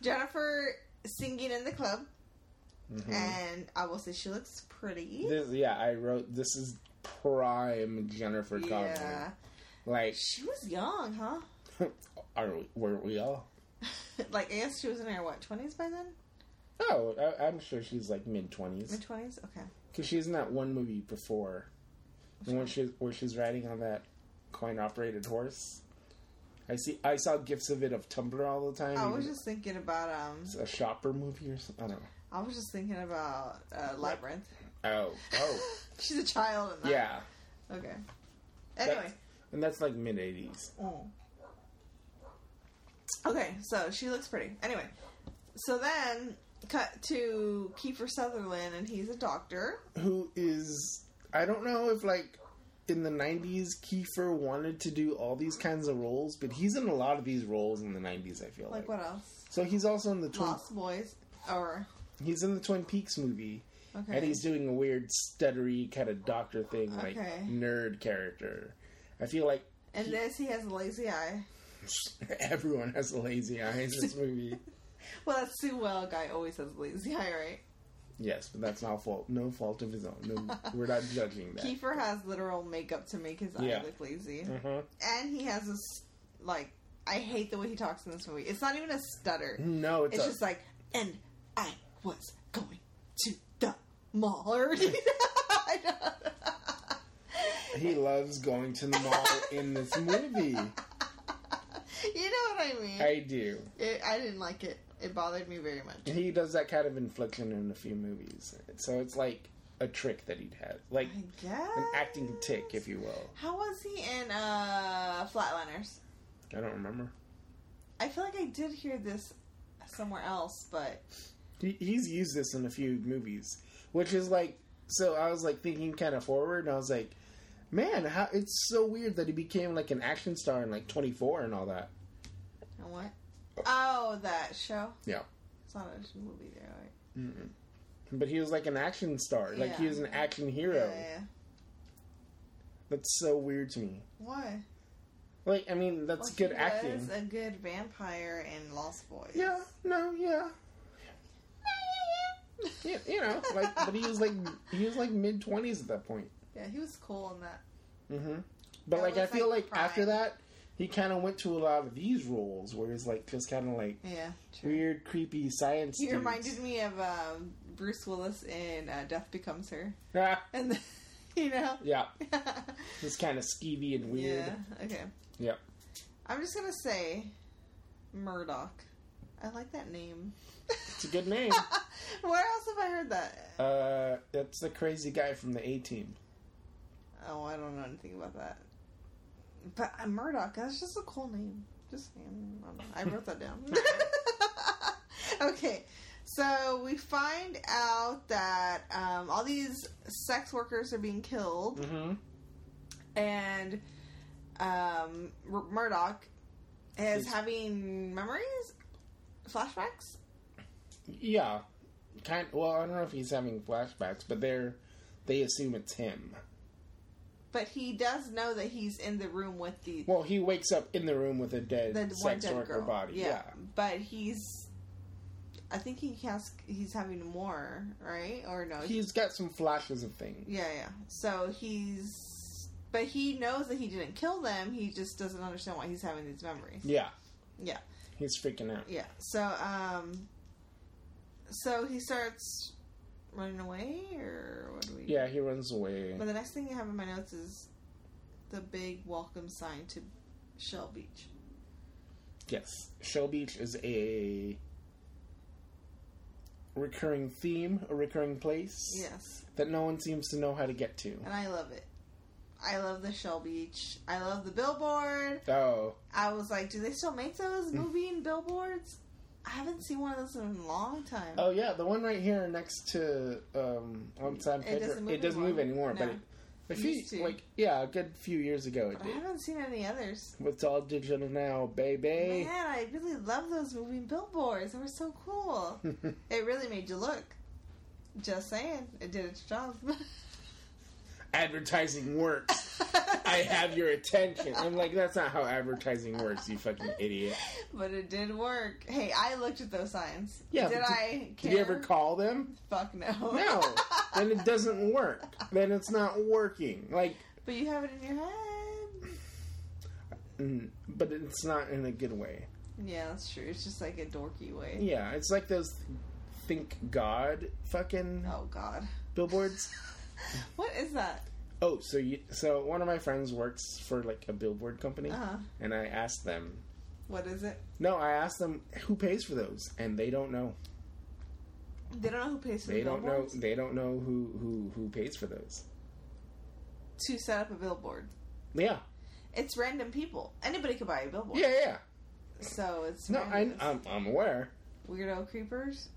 Speaker 1: Jennifer singing in the club,
Speaker 2: Mm-hmm.
Speaker 1: and I will say she looks pretty.
Speaker 2: This, yeah, I wrote. This is prime Jennifer Connelly.
Speaker 1: yeah,
Speaker 2: Like,
Speaker 1: she was young, huh?
Speaker 2: are we, were we all?
Speaker 1: like I guess she was in her what twenties by then.
Speaker 2: Oh, I, I'm sure she's like mid twenties
Speaker 1: Mid twenties? Okay.
Speaker 2: because she's in that one movie before, the one she, where she's riding on that coin-operated horse. I see. I saw gifs of it of Tumblr all the time.
Speaker 1: I
Speaker 2: even
Speaker 1: Oh, was
Speaker 2: though
Speaker 1: just thinking about um
Speaker 2: it's a shopper movie or something. I don't know.
Speaker 1: I was just thinking about uh, Labyrinth.
Speaker 2: Oh, oh,
Speaker 1: She's a child in that.
Speaker 2: yeah.
Speaker 1: Okay.
Speaker 2: That's-
Speaker 1: Anyway.
Speaker 2: and that's like mid '80s.
Speaker 1: Mm. Okay, so she looks pretty. Anyway, so then cut to Kiefer Sutherland, and he's a doctor.
Speaker 2: who is I don't know if like in the '90s Kiefer wanted to do all these kinds of roles, but he's in a lot of these roles in the '90s. I feel
Speaker 1: Like
Speaker 2: like,
Speaker 1: what else?
Speaker 2: so he's also in the Twin.
Speaker 1: Lost Boys, or
Speaker 2: He's in the Twin Peaks movie,
Speaker 1: okay,
Speaker 2: and he's doing a weird stuttery kind of doctor thing, like
Speaker 1: Okay.
Speaker 2: nerd character. I feel like
Speaker 1: and this he has a lazy eye.
Speaker 2: everyone has a lazy eye in this movie.
Speaker 1: Well, that Sue Well guy always has a lazy eye, right?
Speaker 2: yes, but that's not fault, no fault of his own. No, we're not judging that.
Speaker 1: Kiefer has literal makeup to make his eye
Speaker 2: Yeah.
Speaker 1: look lazy,
Speaker 2: Mhm.
Speaker 1: and he has this like I hate the way he talks in this movie. It's not even a stutter.
Speaker 2: No, it's,
Speaker 1: It's
Speaker 2: a,
Speaker 1: just like, and I was going to the mall already. I know.
Speaker 2: he loves going to the mall in this movie.
Speaker 1: you know what I mean? I,
Speaker 2: I do.
Speaker 1: it, I didn't like it. It bothered me very much.
Speaker 2: he does that kind of inflection in a few movies. So it's like a trick that he'd have, like
Speaker 1: I guess.
Speaker 2: an acting tick, if you will.
Speaker 1: How was he in uh, Flatliners?
Speaker 2: I don't remember.
Speaker 1: I feel like I did hear this somewhere else, but
Speaker 2: He, he's used this in a few movies, which is like. So I was like thinking kind of forward, and I was like, man, how it's so weird that he became like an action star in like 24 and all that.
Speaker 1: and what? Oh, that show.
Speaker 2: Yeah.
Speaker 1: It's not a movie, there. Right?
Speaker 2: But he was like an action star, like he
Speaker 1: Yeah.
Speaker 2: was an action hero.
Speaker 1: Yeah, yeah.
Speaker 2: That's so weird to me.
Speaker 1: Why?
Speaker 2: Like, I mean, that's
Speaker 1: Well,
Speaker 2: good
Speaker 1: he
Speaker 2: acting.
Speaker 1: Was a good vampire in Lost Boys.
Speaker 2: Yeah, no, yeah. Yeah, you know, like, but he was like, he was like mid twenties at that point.
Speaker 1: Yeah, he was cool in that.
Speaker 2: hmm But
Speaker 1: That
Speaker 2: like, I
Speaker 1: was,
Speaker 2: feel
Speaker 1: like,
Speaker 2: like after
Speaker 1: prime.
Speaker 2: that, he kind of went to a lot of these roles where he's like just kind of like
Speaker 1: Yeah, true.
Speaker 2: weird, creepy science.
Speaker 1: He
Speaker 2: dudes.
Speaker 1: reminded me of um, Bruce Willis in uh, Death Becomes Her,
Speaker 2: Ah,
Speaker 1: and then, you know,
Speaker 2: yeah, just kind of skeevy and weird.
Speaker 1: yeah, okay.
Speaker 2: Yep.
Speaker 1: I'm just gonna say Murdoch. I like that name.
Speaker 2: It's a good name.
Speaker 1: Where else have I heard that?
Speaker 2: uh, that's the crazy guy from the A Team.
Speaker 1: Oh, I don't know anything about that. But uh, Murdoch, that's just a cool name. Just saying. I, don't know. I wrote that down. okay, so we find out that um, all these sex workers are being killed,
Speaker 2: Mm-hmm.
Speaker 1: and um, Mur- Murdoch is
Speaker 2: Is-
Speaker 1: having memories, flashbacks.
Speaker 2: Yeah, kind. Well, I don't know if he's having flashbacks, but they're they assume it's him.
Speaker 1: But he does know that he's in the room with the
Speaker 2: Well, he wakes up in the room with a dead
Speaker 1: the one
Speaker 2: sex
Speaker 1: dead
Speaker 2: worker
Speaker 1: girl.
Speaker 2: body. Yeah.
Speaker 1: but he's. I think he has. He's having more, right? Or no?
Speaker 2: He's got some flashes of things.
Speaker 1: yeah, yeah. So he's. But he knows that he didn't kill them. He just doesn't understand why he's having these memories.
Speaker 2: Yeah.
Speaker 1: Yeah.
Speaker 2: He's freaking out.
Speaker 1: Yeah. So um. So he starts running away, or what do we?
Speaker 2: Yeah, he runs away.
Speaker 1: But the next thing I have in my notes is the big welcome sign to Shell Beach.
Speaker 2: Yes. Shell Beach is a recurring theme, a recurring place
Speaker 1: Yes.
Speaker 2: that no one seems to know how to get to.
Speaker 1: and I love it. I love the Shell Beach. I love the billboard.
Speaker 2: Oh,
Speaker 1: I was like, do they still make
Speaker 2: Mm.
Speaker 1: those movie and billboards? I haven't seen one of those in a long time.
Speaker 2: oh yeah, the one right here next to um, on San
Speaker 1: It doesn't
Speaker 2: Pedro.
Speaker 1: move
Speaker 2: it doesn't move anymore, but
Speaker 1: No.
Speaker 2: it, a
Speaker 1: It
Speaker 2: few,
Speaker 1: used to.
Speaker 2: like yeah, a good few years ago it
Speaker 1: but I
Speaker 2: did.
Speaker 1: haven't seen any others.
Speaker 2: It's all digital now, baby.
Speaker 1: Man, I really love those movie billboards. They were so cool. it really made you look. Just saying, it did its job.
Speaker 2: advertising works. I have your attention. I'm like, that's not how advertising works, you fucking idiot.
Speaker 1: but it did work. Hey, I looked at those signs.
Speaker 2: Yeah,
Speaker 1: did
Speaker 2: but did-
Speaker 1: I? Care?
Speaker 2: Did you ever call them?
Speaker 1: Fuck no.
Speaker 2: No. then it doesn't work. Then it's not working. Like,
Speaker 1: but you have it in your head.
Speaker 2: mm, but it's not in a good way.
Speaker 1: Yeah, that's true. It's just like a dorky way.
Speaker 2: Yeah, it's like those Think God fucking
Speaker 1: Oh God,
Speaker 2: billboards.
Speaker 1: what is that?
Speaker 2: Oh, so you, so one of my friends works for like a billboard company,
Speaker 1: Uh-huh.
Speaker 2: and I asked them.
Speaker 1: What is it?
Speaker 2: No, I asked them who pays for those, and they don't know.
Speaker 1: They don't know who pays for
Speaker 2: They
Speaker 1: the
Speaker 2: don't know.
Speaker 1: billboards
Speaker 2: They don't know who who who pays for those.
Speaker 1: to set up a billboard.
Speaker 2: Yeah,
Speaker 1: It's random people. Anybody could buy a billboard.
Speaker 2: yeah, yeah. yeah.
Speaker 1: So it's
Speaker 2: No, I,
Speaker 1: randos.
Speaker 2: I'm I'm aware.
Speaker 1: weirdo creepers.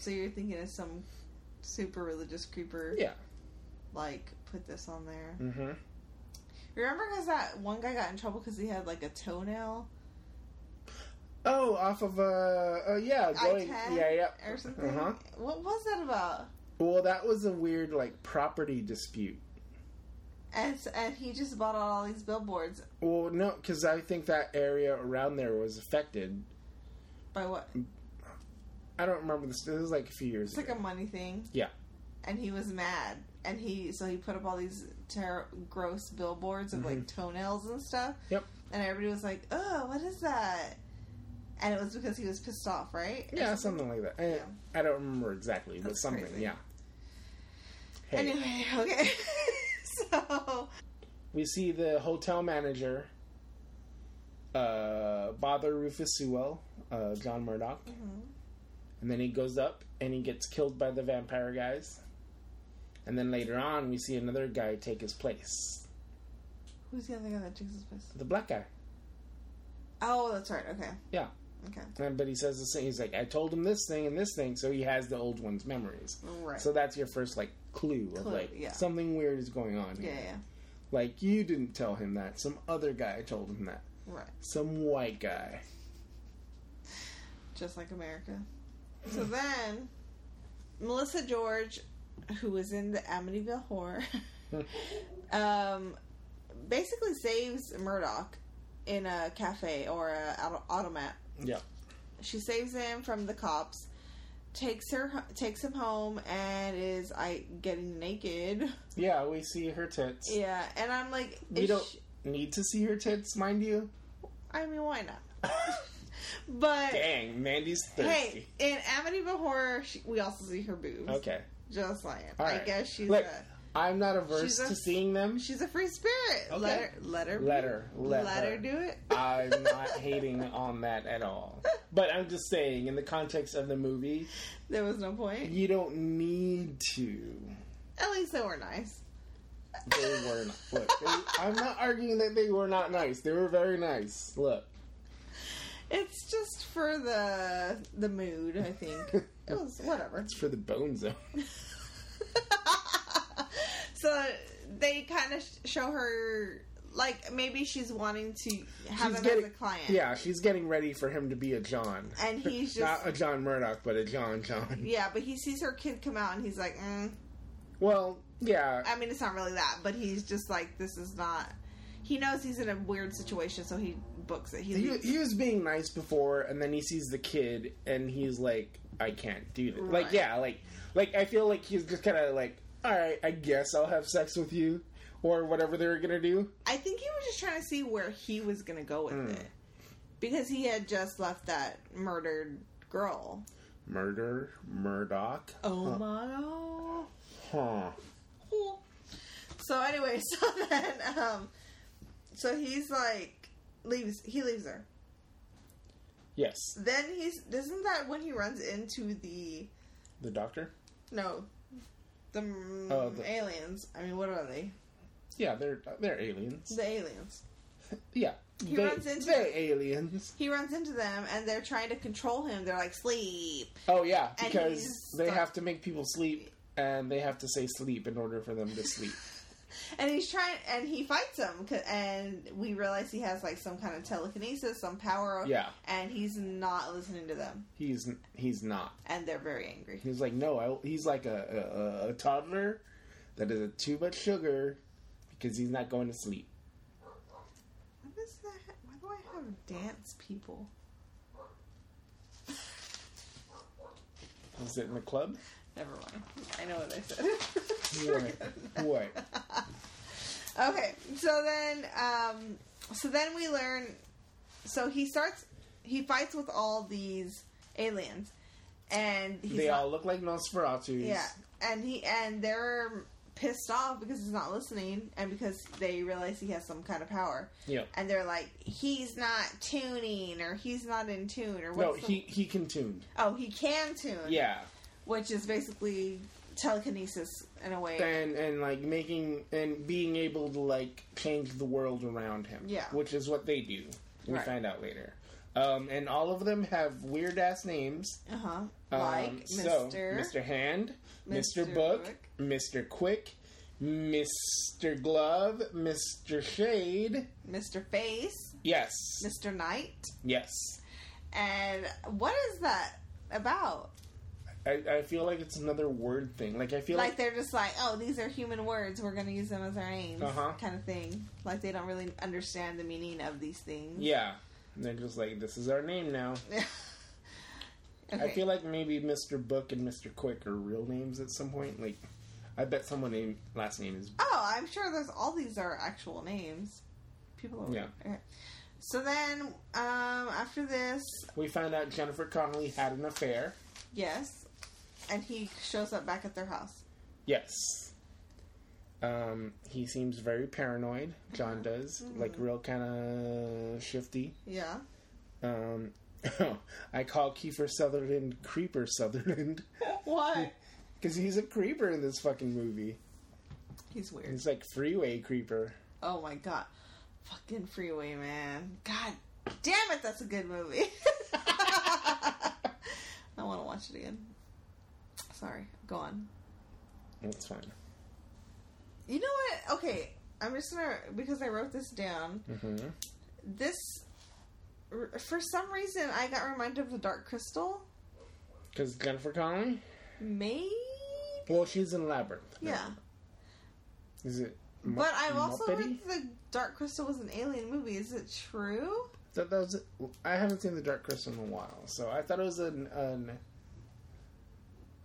Speaker 1: So you're thinking of some super religious creeper?
Speaker 2: Yeah.
Speaker 1: Like put this on there.
Speaker 2: Mm-hmm.
Speaker 1: Remember, because that one guy got in trouble because he had like a toenail
Speaker 2: Oh, off of uh, uh yeah, going,
Speaker 1: I-10
Speaker 2: yeah, yeah.
Speaker 1: or something.
Speaker 2: Uh-huh.
Speaker 1: What was that about?
Speaker 2: Well, that was a weird like property dispute.
Speaker 1: And s- and he just bought out all these billboards
Speaker 2: Well, no, because I think that area around there was affected.
Speaker 1: by what?
Speaker 2: I don't remember this. This was like a few years
Speaker 1: It's
Speaker 2: ago.
Speaker 1: like a money thing.
Speaker 2: Yeah.
Speaker 1: And he was mad, and he so he put up all these ter- gross billboards of like toenails and stuff.
Speaker 2: Mm-hmm. Yep.
Speaker 1: And everybody was like, "Oh, what is that?" And it was because he was pissed off, right? Or
Speaker 2: Yeah,
Speaker 1: something?
Speaker 2: something like that. I, I don't remember exactly, but
Speaker 1: That's
Speaker 2: something.
Speaker 1: crazy.
Speaker 2: Yeah. Hey,
Speaker 1: Anyway, okay. so
Speaker 2: we see the hotel manager, uh, bother Rufus Sewell, uh, John Murdoch, and then he goes up and he gets killed by the vampire guys, and then later on we see another guy take his place,
Speaker 1: who's the other guy that takes his place?
Speaker 2: the black guy.
Speaker 1: Oh, that's right. Okay.
Speaker 2: Yeah.
Speaker 1: Okay.
Speaker 2: And, but he says the same. He's like, I told him this thing and this thing, so he has the old one's memories.
Speaker 1: Right.
Speaker 2: So that's your first like clue of
Speaker 1: Clue,
Speaker 2: like
Speaker 1: yeah.
Speaker 2: something weird is going on.
Speaker 1: yeah,
Speaker 2: here.
Speaker 1: yeah, yeah.
Speaker 2: Like you didn't tell him that. Some other guy told him that.
Speaker 1: Right.
Speaker 2: Some white guy.
Speaker 1: Just like America. So
Speaker 2: Hmm.
Speaker 1: then, Melissa George, who was in the Amityville Horror, um, basically saves Murdoch in a cafe or a auto- automat.
Speaker 2: Yeah.
Speaker 1: She saves him from the cops, takes her takes him home, and is I getting naked.
Speaker 2: Yeah, we see her tits.
Speaker 1: Yeah, and I'm like,
Speaker 2: We
Speaker 1: is
Speaker 2: don't
Speaker 1: she-
Speaker 2: need to see her tits, mind you.
Speaker 1: I mean, why not? But
Speaker 2: Dang, Mandy's
Speaker 1: hey,
Speaker 2: thirsty.
Speaker 1: in Amityville Horror, she, we also see her boobs.
Speaker 2: Okay.
Speaker 1: Just saying.
Speaker 2: All
Speaker 1: I
Speaker 2: right.
Speaker 1: guess she's
Speaker 2: Look,
Speaker 1: a
Speaker 2: I'm not averse
Speaker 1: she's a-
Speaker 2: to seeing them.
Speaker 1: she's a free spirit. Let
Speaker 2: Okay.
Speaker 1: her let her
Speaker 2: Let
Speaker 1: be-
Speaker 2: her. Let, her.
Speaker 1: do it.
Speaker 2: I'm not hating on that at all. But I'm just saying, in the context of the movie,
Speaker 1: there was no point.
Speaker 2: you don't need to.
Speaker 1: At least they were nice.
Speaker 2: They were not. Look, they- I'm not arguing that they were not nice. They were very nice. Look,
Speaker 1: It's just for the the mood, I think. it was whatever.
Speaker 2: it's for the bone zone.
Speaker 1: so they kind of show her like maybe she's wanting to have
Speaker 2: She's
Speaker 1: him
Speaker 2: getting-
Speaker 1: as a client.
Speaker 2: Yeah, she's getting ready for him to be a John.
Speaker 1: And he's just
Speaker 2: Not a John Murdoch, but a John John.
Speaker 1: yeah, but he sees her kid come out and he's like, mm,
Speaker 2: Well, yeah,
Speaker 1: I mean, it's not really that, but he's just like, this is not. He knows he's in a weird situation, so he books it. He,
Speaker 2: he,
Speaker 1: leaves.
Speaker 2: he was being nice before, and then he sees the kid, and he's like, I can't do this. Like,
Speaker 1: Right.
Speaker 2: yeah, like, like I feel like he's just kind of like, all right, I guess I'll have sex with you, or whatever they were gonna do.
Speaker 1: I think he was just trying to see where he was going to go with
Speaker 2: Hmm.
Speaker 1: it. Because he had just left that murdered girl.
Speaker 2: Murder, Murdoch,
Speaker 1: Oh my god.
Speaker 2: huh?
Speaker 1: Cool. So anyway, so then, um, so he's like, leaves, he leaves her.
Speaker 2: Yes,
Speaker 1: Then he's, isn't that when he runs into the,
Speaker 2: the doctor.
Speaker 1: no, the, mm,
Speaker 2: Oh, the-
Speaker 1: aliens. I mean, what are they?
Speaker 2: Yeah, they're they're aliens.
Speaker 1: The aliens.
Speaker 2: yeah,
Speaker 1: He
Speaker 2: they,
Speaker 1: runs into
Speaker 2: they're aliens.
Speaker 1: he runs into them and they're trying to control him. They're like, sleep.
Speaker 2: Oh yeah,
Speaker 1: And
Speaker 2: because
Speaker 1: he's
Speaker 2: they
Speaker 1: stuck.
Speaker 2: have to make people sleep, and they have to say sleep in order for them to sleep.
Speaker 1: And he's trying, and he fights them. 'cause- And we realize he has like some kind of telekinesis, some power.
Speaker 2: Yeah.
Speaker 1: And he's not listening to them.
Speaker 2: He's he's not.
Speaker 1: And they're very angry.
Speaker 2: He's like no. I, he's like a, a a toddler that is too much sugar because he's not going to sleep.
Speaker 1: What is that? Why do I have dance people?
Speaker 2: Is it in the club?
Speaker 1: Never mind. I know what I said.
Speaker 2: What? what?
Speaker 1: okay. So then, um, so then we learn. So he starts. He fights with all these aliens, and he's
Speaker 2: they
Speaker 1: not,
Speaker 2: all look like Nosferatu's.
Speaker 1: yeah, and he and they're pissed off because he's not listening, and because they realize he has some kind of power,
Speaker 2: Yeah.
Speaker 1: and they're like, he's not tuning, or he's not in tune, or
Speaker 2: No,
Speaker 1: what's the-
Speaker 2: he he can tune.
Speaker 1: oh he can tune,
Speaker 2: Yeah.
Speaker 1: which is basically telekinesis in a way.
Speaker 2: And and like making and being able to like change the world around him.
Speaker 1: Yeah.
Speaker 2: Which is what they do. We
Speaker 1: Right.
Speaker 2: find out later. Um, and all of them have weird ass names.
Speaker 1: Uh huh.
Speaker 2: Um,
Speaker 1: Like
Speaker 2: so,
Speaker 1: Mister.
Speaker 2: Mr. Hand, Mr.
Speaker 1: Mr.
Speaker 2: Book,
Speaker 1: Book.
Speaker 2: Mr. Quick, Mr. Glove, Mr. Shade.
Speaker 1: Mr. Face,
Speaker 2: Yes.
Speaker 1: Mr. Knight,
Speaker 2: Yes.
Speaker 1: and what is that about?
Speaker 2: I, I feel like it's another word thing. Like I feel
Speaker 1: Like
Speaker 2: like,
Speaker 1: they're just like, oh, these are human words. We're gonna use them as our names,
Speaker 2: Uh-huh.
Speaker 1: kind of thing. Like they don't really understand the meaning of these things.
Speaker 2: yeah. They're just like this is our name now.
Speaker 1: okay.
Speaker 2: I feel like maybe Mr. Book and Mr. Quick are real names at some point. Like I bet someone name last name is
Speaker 1: Oh, I'm sure there's all these are actual names. People are.
Speaker 2: Yeah.
Speaker 1: Okay. So then, um, after this,
Speaker 2: We found out Jennifer Connelly had an affair.
Speaker 1: yes, and he shows up back at their house.
Speaker 2: Yes. Um, he seems very paranoid. John does, like real kind of shifty.
Speaker 1: Yeah.
Speaker 2: Um, I call Kiefer Sutherland Creeper Sutherland
Speaker 1: Why?
Speaker 2: because he's a creeper in this fucking movie.
Speaker 1: He's weird.
Speaker 2: He's like freeway creeper.
Speaker 1: Oh my god. Fucking Freeway, man. God damn it, that's a good movie. I want to watch it again. Sorry. Go on.
Speaker 2: That's fine.
Speaker 1: You know what? Okay. I'm just gonna, because I wrote this down.
Speaker 2: hmm
Speaker 1: This, r- for some reason, I got reminded of The Dark Crystal.
Speaker 2: Because Jennifer Connelly.
Speaker 1: Maybe?
Speaker 2: Well, she's in Labyrinth.
Speaker 1: Yeah.
Speaker 2: Is it?
Speaker 1: But I've also
Speaker 2: Muppety?
Speaker 1: heard The Dark Crystal was an alien movie. Is it true?
Speaker 2: That, that was, I haven't seen The Dark Crystal in a while, so I thought it was an an,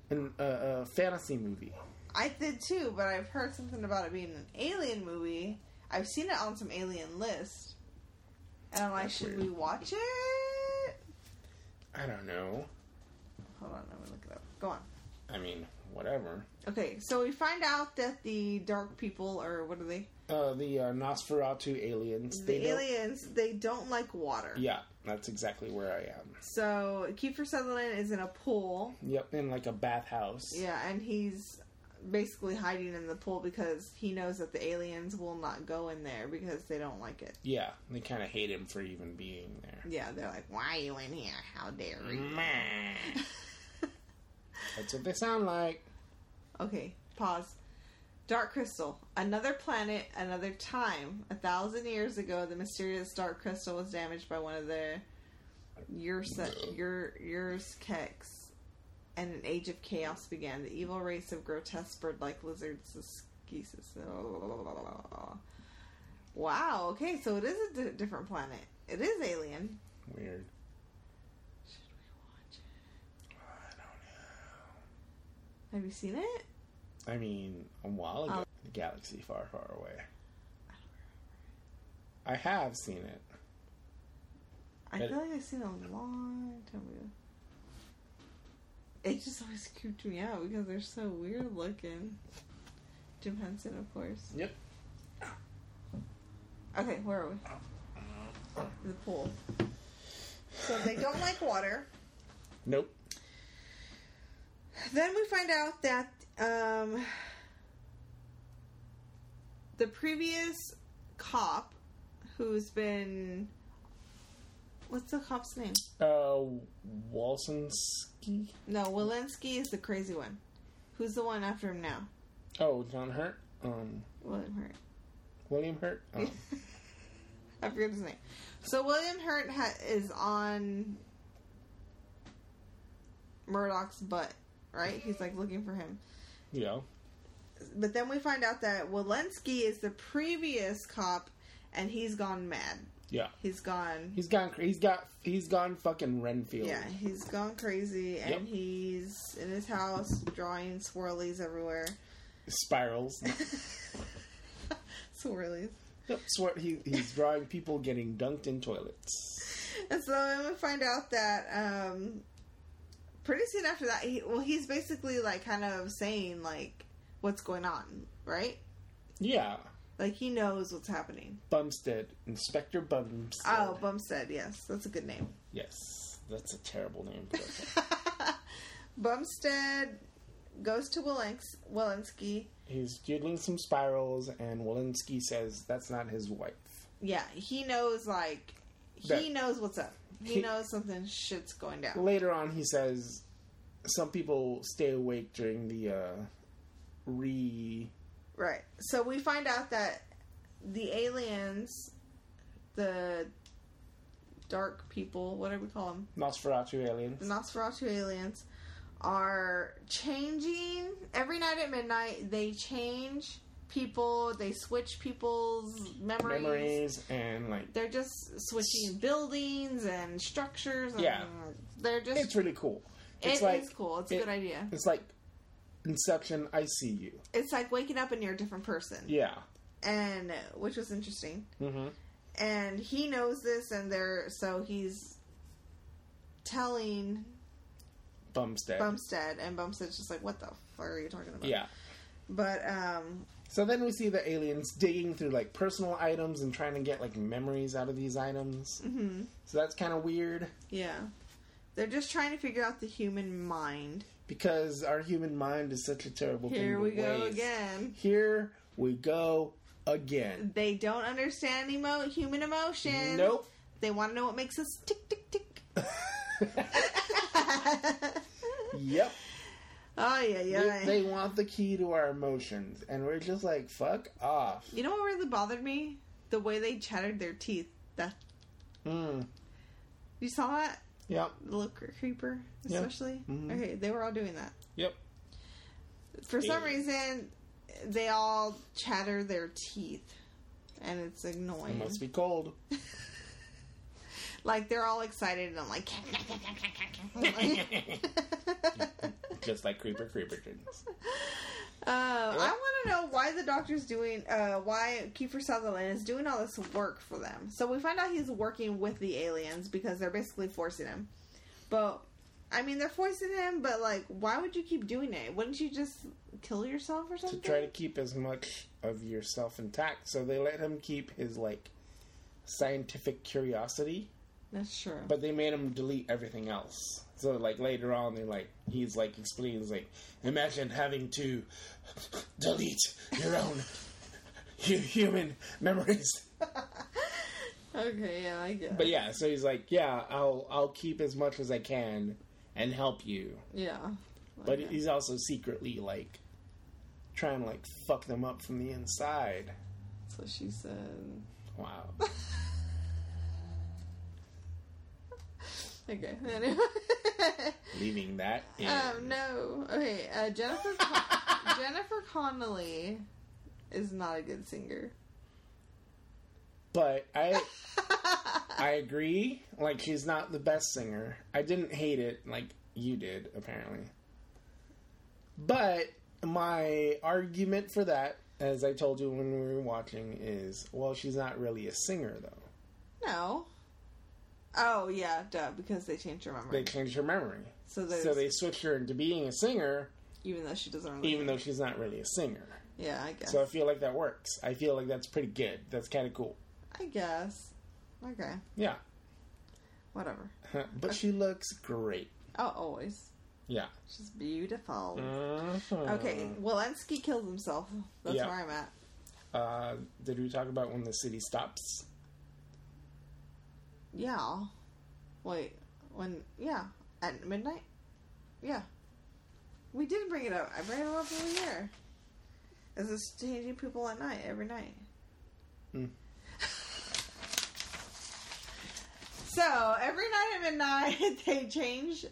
Speaker 2: an uh, uh, fantasy movie.
Speaker 1: I did too, but I've heard something about it being an alien movie. I've seen it on some alien list. And I'm like,
Speaker 2: That's
Speaker 1: should
Speaker 2: weird.
Speaker 1: we watch it?
Speaker 2: I don't know.
Speaker 1: Hold on, let me look it up. Go on.
Speaker 2: I mean, whatever.
Speaker 1: Okay, so we find out that the dark people, or what are they?
Speaker 2: Uh, the uh, Nosferatu aliens.
Speaker 1: The
Speaker 2: they don't-
Speaker 1: aliens, they don't like water.
Speaker 2: Yeah, that's exactly where I am.
Speaker 1: So Kiefer Sutherland is in a pool.
Speaker 2: Yep, in like a bathhouse.
Speaker 1: Yeah, and he's basically hiding in the pool because he knows that the aliens will not go in there because they don't like it.
Speaker 2: Yeah, they kind of hate him for even being there.
Speaker 1: Yeah, they're like, why are you in here? How dare you?
Speaker 2: Meh. that's what they sound like.
Speaker 1: Okay, pause. Dark Crystal. Another planet, another time. A thousand years ago, the mysterious Dark Crystal was damaged by one of the Yursa- Yur- Yurskeks, and an age of chaos began. The evil race of grotesque bird like lizards. is- Wow, okay, so it is a di- different planet. It is alien.
Speaker 2: Weird.
Speaker 1: Should we watch it?
Speaker 2: I don't
Speaker 1: Have you seen it?
Speaker 2: know. I mean, a while ago,
Speaker 1: Um,
Speaker 2: the galaxy far, far away. I have seen it.
Speaker 1: I
Speaker 2: But-
Speaker 1: feel like I've seen it a long time ago. It just always creeped me out because they're so weird looking. Jim Henson, of course.
Speaker 2: Yep.
Speaker 1: Okay, where are we? The pool. So they don't like water.
Speaker 2: Nope.
Speaker 1: Then we find out that um, the previous cop who's been. What's the cop's name?
Speaker 2: Uh, Walsinski?
Speaker 1: No, Walensky is the crazy one. Who's the one after him now?
Speaker 2: Oh, John Hurt? Um,
Speaker 1: William Hurt.
Speaker 2: William Hurt? Um,
Speaker 1: I forget his name. So William Hurt ha- is on Murdoch's butt, right? He's like looking for him.
Speaker 2: you know.
Speaker 1: But then we find out that Walensky is the previous cop, and he's gone mad.
Speaker 2: Yeah.
Speaker 1: He's gone.
Speaker 2: He's gone, cra- he's got, he's gone fucking Renfield.
Speaker 1: Yeah, he's gone crazy, and
Speaker 2: Yep.
Speaker 1: he's in his house drawing swirlies everywhere.
Speaker 2: Spirals.
Speaker 1: swirlies.
Speaker 2: Yep, swear, he, he's drawing people getting dunked in toilets.
Speaker 1: And so then we find out that um, pretty soon after that, he well, he's basically like kind of saying like what's going on, right?
Speaker 2: Yeah.
Speaker 1: Like he knows what's happening.
Speaker 2: Bumstead. Inspector Bumstead.
Speaker 1: Oh, Bumstead, yes, that's a good name.
Speaker 2: Yes. That's a terrible name. for a-
Speaker 1: Bumstead goes to Wilens- Walensky.
Speaker 2: He's jiggling some spirals, and Walensky says that's not his wife.
Speaker 1: Yeah, he knows like he
Speaker 2: That-
Speaker 1: knows what's up. He,
Speaker 2: He-
Speaker 1: knows something shit's going down.
Speaker 2: Later on, he says some people stay awake during the uh, re.
Speaker 1: Right. So we find out that the aliens, the dark people, whatever we call them,
Speaker 2: Nosferatu aliens.
Speaker 1: the Nosferatu aliens, are changing every night at midnight. They change people. They switch people's memories.
Speaker 2: memories and like
Speaker 1: they're just switching buildings and structures. And
Speaker 2: Yeah.
Speaker 1: they're just.
Speaker 2: it's
Speaker 1: It's,
Speaker 2: really cool. It's like
Speaker 1: cool. It's a
Speaker 2: it-
Speaker 1: good idea.
Speaker 2: it's like Inception. I see you.
Speaker 1: It's like waking up and you're a different person,
Speaker 2: Yeah.
Speaker 1: and which was interesting.
Speaker 2: Mm-hmm.
Speaker 1: And he knows this, and they're so he's telling
Speaker 2: Bumstead.
Speaker 1: Bumstead, and Bumstead's just like, "What the fuck are you talking about?"
Speaker 2: Yeah.
Speaker 1: But um,
Speaker 2: So then we see the aliens digging through like personal items and trying to get like memories out of these items. Mm-hmm. So that's kind of weird
Speaker 1: yeah, they're just trying to figure out the human mind.
Speaker 2: because our human mind is such a terrible thing.
Speaker 1: Here
Speaker 2: to
Speaker 1: we go
Speaker 2: waste.
Speaker 1: again.
Speaker 2: Here we go again.
Speaker 1: They don't understand emo- human emotion.
Speaker 2: Nope.
Speaker 1: They want to know what makes us tick tick tick.
Speaker 2: Yep.
Speaker 1: Oh yeah, yeah.
Speaker 2: They want the key to our emotions, and we're just like, fuck off.
Speaker 1: You know what really bothered me? The way they chattered their teeth. That
Speaker 2: Mm.
Speaker 1: you saw that
Speaker 2: Yep.
Speaker 1: the little cre- creeper,
Speaker 2: Yeah.
Speaker 1: especially.
Speaker 2: Mhm.
Speaker 1: Okay, they were all doing that
Speaker 2: Yep.
Speaker 1: for some
Speaker 2: Yeah.
Speaker 1: reason. They all chatter their teeth, and it's
Speaker 2: It
Speaker 1: annoying.
Speaker 2: must be cold.
Speaker 1: Like they're all excited and like.
Speaker 2: just like Creeper Creeper drinks.
Speaker 1: Uh, I want to know why the doctor's doing, uh, why Kiefer Sutherland is doing all this work for them. So we find out he's working with the aliens because they're basically forcing him. But, I mean, they're forcing him, but, like, why would you keep doing it? Wouldn't you just kill yourself or
Speaker 2: To
Speaker 1: something?
Speaker 2: try to keep as much of yourself intact, so they let him keep his like scientific curiosity,
Speaker 1: That's true.
Speaker 2: but they made him delete everything else. So like later on, they like he's like explains like, imagine having to delete your own hu- human memories.
Speaker 1: okay, yeah, I guess.
Speaker 2: But yeah, so he's like, yeah, I'll I'll keep as much as I can and help you.
Speaker 1: yeah.
Speaker 2: But he's also secretly like trying to like fuck them up from the inside.
Speaker 1: That's what she said.
Speaker 2: Wow.
Speaker 1: Okay, anyway.
Speaker 2: Leaving that in.
Speaker 1: Oh no. Okay, uh, Jennifer Con- Jennifer Connolly is not a good singer.
Speaker 2: But I I agree. Like she's not the best singer. I didn't hate it like you did, apparently. But my argument for that, as I told you when we were watching, is well, she's not really a singer though.
Speaker 1: No. Oh yeah, duh, because they changed her
Speaker 2: They
Speaker 1: memory.
Speaker 2: changed her memory.
Speaker 1: so there's
Speaker 2: So they switched her into being a singer,
Speaker 1: even though she doesn't really
Speaker 2: even though she's not really a singer.
Speaker 1: Yeah, I guess.
Speaker 2: So I feel like that works. I feel like that's pretty good. That's kind of cool.
Speaker 1: I guess. Okay.
Speaker 2: Yeah.
Speaker 1: Whatever.
Speaker 2: but she looks great.
Speaker 1: Oh always.
Speaker 2: Yeah.
Speaker 1: She's beautiful.
Speaker 2: Mhm.
Speaker 1: Okay. Walensky kills himself. That's
Speaker 2: Yeah.
Speaker 1: where I'm at.
Speaker 2: Uh, did we talk about when the city stops?
Speaker 1: Yeah. Wait. When yeah. At midnight? Yeah. We did bring it up. I bring it up every year. Is this changing people at night every night?
Speaker 2: Hmm.
Speaker 1: so every night at midnight they change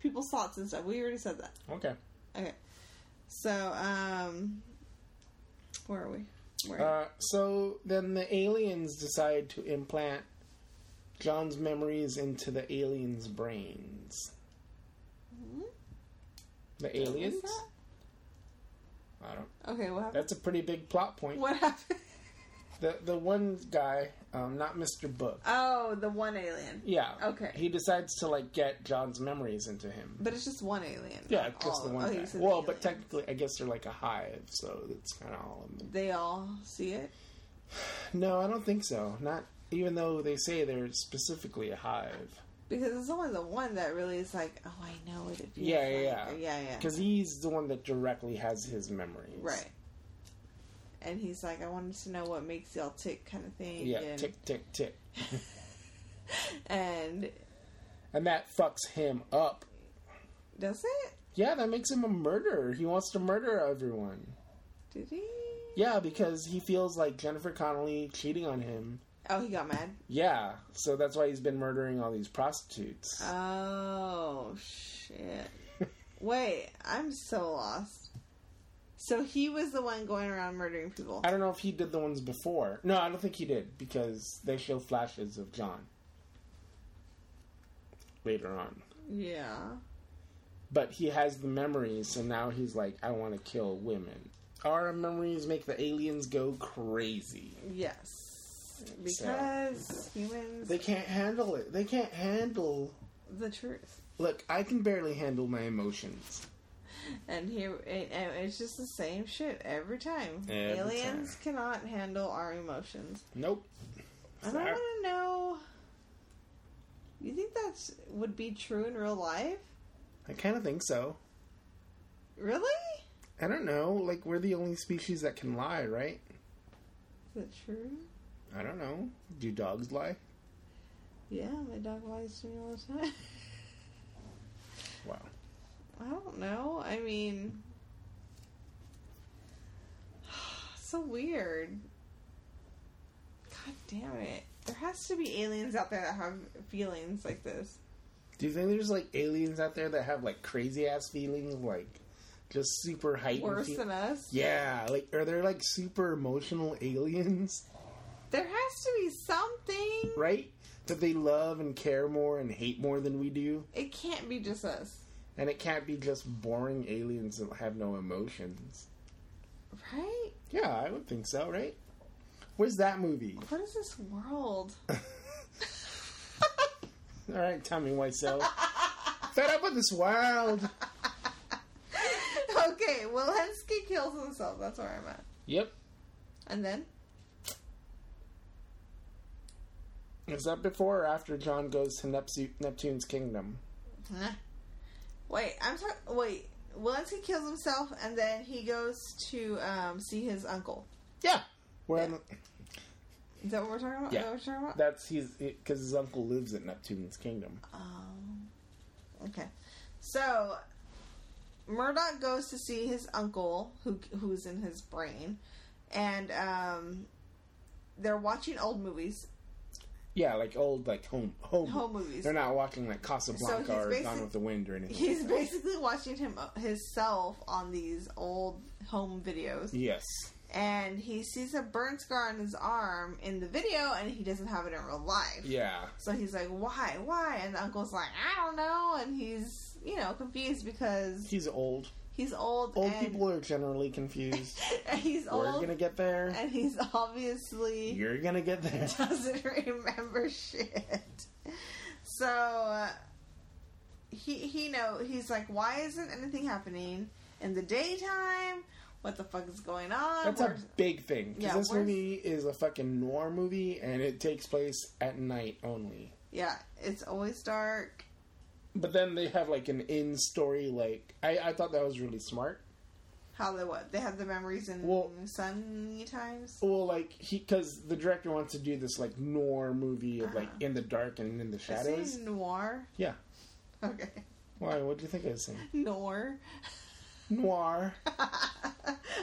Speaker 1: people's thoughts and stuff. We already said that.
Speaker 2: Okay.
Speaker 1: Okay. So, um where are we? Where are
Speaker 2: Uh, so then the aliens decide to implant John's memories into the aliens' brains.
Speaker 1: Hmm?
Speaker 2: The
Speaker 1: you?
Speaker 2: aliens?
Speaker 1: What was
Speaker 2: I don't.
Speaker 1: that? Okay, what happened?
Speaker 2: That's a pretty big plot point.
Speaker 1: What happened?
Speaker 2: The the one guy, um, not Mr. Book.
Speaker 1: Oh, the one alien.
Speaker 2: Yeah.
Speaker 1: Okay.
Speaker 2: He decides to like get John's memories into him.
Speaker 1: But it's just one alien.
Speaker 2: Yeah,
Speaker 1: not
Speaker 2: just
Speaker 1: all-
Speaker 2: the one
Speaker 1: oh,
Speaker 2: guy.
Speaker 1: you said
Speaker 2: Well,
Speaker 1: the
Speaker 2: but
Speaker 1: alien.
Speaker 2: technically, I guess they're like a hive, so that's kind of all of them.
Speaker 1: they all see it.
Speaker 2: No, I don't think so. Not even though they say they're specifically a hive.
Speaker 1: Because it's only the one that really is like, oh, I know what it feels
Speaker 2: Yeah,
Speaker 1: like.
Speaker 2: yeah,
Speaker 1: Or, yeah, yeah.
Speaker 2: Because he's the one that directly has his memories.
Speaker 1: Right. And he's like, I wanted to know what makes y'all tick, kind of thing.
Speaker 2: Yeah,
Speaker 1: and,
Speaker 2: tick, tick, tick.
Speaker 1: and
Speaker 2: And that fucks him up.
Speaker 1: does it?
Speaker 2: Yeah, that makes him a murderer. He wants to murder everyone.
Speaker 1: Did he?
Speaker 2: Yeah, because he feels like Jennifer Connelly cheating on him.
Speaker 1: Oh, he got mad.
Speaker 2: Yeah, so that's why he's been murdering all these prostitutes.
Speaker 1: Uh. Oh shit! Wait, I'm so lost. So he was the one going around murdering people.
Speaker 2: I don't know if he did the ones before. No, I don't think he did because they show flashes of John later on.
Speaker 1: Yeah.
Speaker 2: But he has the memories, so now he's like, I want to kill women. Our memories make the aliens go crazy.
Speaker 1: Yes. Because humans,
Speaker 2: They can't handle it. They can't handle.
Speaker 1: the truth,
Speaker 2: Look, I can barely handle my emotions.
Speaker 1: and here it, and it's just the same shit every time.
Speaker 2: Every
Speaker 1: Aliens
Speaker 2: time.
Speaker 1: cannot handle our emotions.
Speaker 2: Nope.
Speaker 1: And I
Speaker 2: Sorry.
Speaker 1: want to know. You think that's would be true in real life?
Speaker 2: I kind of think so.
Speaker 1: Really?
Speaker 2: I don't know. Like, we're the only species that can lie, right?
Speaker 1: Is it true?
Speaker 2: I don't know. Do dogs lie?
Speaker 1: Yeah, my dog lies to me all the time.
Speaker 2: Wow.
Speaker 1: I don't know. I mean, so weird. God damn it. There has to be aliens out there that have feelings like this.
Speaker 2: Do you think there's like aliens out there that have like crazy ass feelings, like just super heightened?
Speaker 1: Worse
Speaker 2: feel-
Speaker 1: than us.
Speaker 2: yeah, like are there like super emotional aliens,
Speaker 1: There has to be something.
Speaker 2: right? That they love and care more and hate more than we do,
Speaker 1: It can't be just us.
Speaker 2: and it can't be just boring aliens that have no emotions.
Speaker 1: Right?
Speaker 2: Yeah, I would think so, right? Where's that movie?
Speaker 1: What is this world?
Speaker 2: All right, Tommy Wiseau. Fed up with this wild.
Speaker 1: okay, Wilhelmsky kills himself. That's where I'm at.
Speaker 2: Yep.
Speaker 1: And then?
Speaker 2: Is that before or after John goes to Neptu- Neptune's kingdom?
Speaker 1: Huh? Wait, I'm talking. Wait, once he kills himself, and then he goes to um, see his uncle.
Speaker 2: Yeah. Where
Speaker 1: Yeah. Is that what we're talking about?
Speaker 2: Yeah.
Speaker 1: Is that what we're talking about?
Speaker 2: that's he's because his uncle lives at Neptune's kingdom.
Speaker 1: Um, okay, so Murdoch goes to see his uncle, who who's in his brain, and um, they're watching old movies.
Speaker 2: Yeah, like old like home home
Speaker 1: Home movies.
Speaker 2: They're not watching like Casablanca
Speaker 1: So he's
Speaker 2: or Gone
Speaker 1: basic-
Speaker 2: with the Wind or anything.
Speaker 1: He's
Speaker 2: like that.
Speaker 1: basically watching him himself on these old home videos.
Speaker 2: yes.
Speaker 1: and he sees a burn scar on his arm in the video and he doesn't have it in real life.
Speaker 2: Yeah.
Speaker 1: So he's like, why, why? And the uncle's like, I don't know. And he's, you know, confused because
Speaker 2: He's old.
Speaker 1: he's old.
Speaker 2: Old
Speaker 1: and
Speaker 2: people are generally confused.
Speaker 1: and he's
Speaker 2: We're
Speaker 1: old.
Speaker 2: gonna get there.
Speaker 1: And he's obviously
Speaker 2: You're gonna get there.
Speaker 1: doesn't remember shit. So uh, he he know he's like, why isn't anything happening in the daytime? What the fuck is going on?
Speaker 2: That's a
Speaker 1: Where's-
Speaker 2: big thing. 'cause
Speaker 1: Yeah,
Speaker 2: this
Speaker 1: where's-
Speaker 2: movie is a fucking noir movie and it takes place at night only.
Speaker 1: yeah, it's always dark.
Speaker 2: But then they have like an in story like I, I thought that was really smart.
Speaker 1: How they what? They have the memories in
Speaker 2: Well-
Speaker 1: sunny times.
Speaker 2: Well, like he, because the director wants to do this like noir movie of like
Speaker 1: Uh-huh.
Speaker 2: in the dark and in the
Speaker 1: Is
Speaker 2: shadows.
Speaker 1: it noir?
Speaker 2: Yeah.
Speaker 1: Okay,
Speaker 2: Why? What do you think I was saying?
Speaker 1: noir.
Speaker 2: Noir.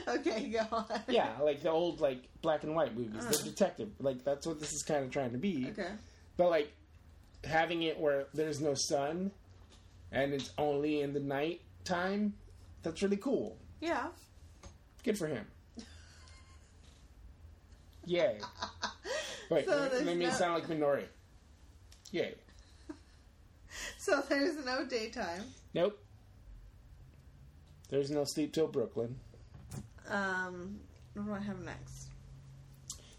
Speaker 1: okay, go on.
Speaker 2: Yeah, like the old like black and white movies, the detective. Like that's what this is kind of trying to be.
Speaker 1: Uh-huh. Okay.
Speaker 2: But like having it where there's no sun, and it's only in the night time. That's really cool.
Speaker 1: Yeah.
Speaker 2: Good for him. Yay. Wait,
Speaker 1: So
Speaker 2: let me-
Speaker 1: there's
Speaker 2: let me
Speaker 1: no-
Speaker 2: sound like Minori. Yay.
Speaker 1: So there's no daytime.
Speaker 2: Nope. There's no sleep till Brooklyn.
Speaker 1: Um, what do I have next?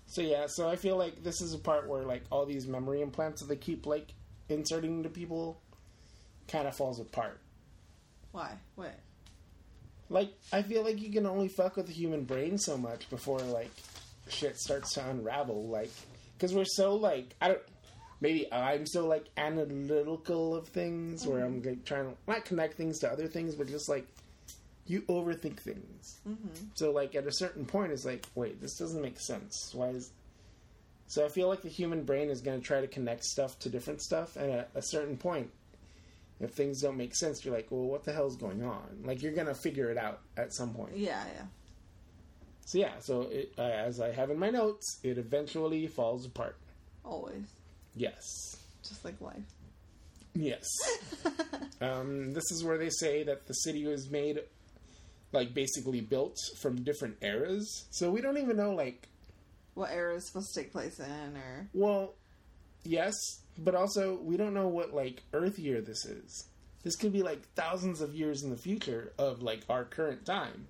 Speaker 2: So yeah, so I feel like this is a part where like all these memory implants that they keep like inserting into people kind of falls apart.
Speaker 1: Why? What?
Speaker 2: Like I feel like you can only fuck with the human brain so much before like shit starts to unravel. Like because we're so like I don't maybe I'm so like analytical of things where I'm like trying to not connect things to other things, but just like you overthink things. So like at a certain point, it's like wait, this doesn't make sense. Why is so I feel like the human brain is going to try to connect stuff to different stuff, and at a certain point, if things don't make sense, you're like, well, what the hell's going on? Like you're going to figure it out at some point.
Speaker 1: Yeah, yeah.
Speaker 2: So yeah, so it, uh, as I have in my notes, it eventually falls apart.
Speaker 1: Always.
Speaker 2: Yes.
Speaker 1: Just like life.
Speaker 2: Yes. um, this is where they say that the city was made, like, basically built from different eras. So we don't even know, like,
Speaker 1: What era is supposed to take place in, or.
Speaker 2: well, yes, but also we don't know what, like, Earth year this is. This could be, like, thousands of years in the future of, like, our current time.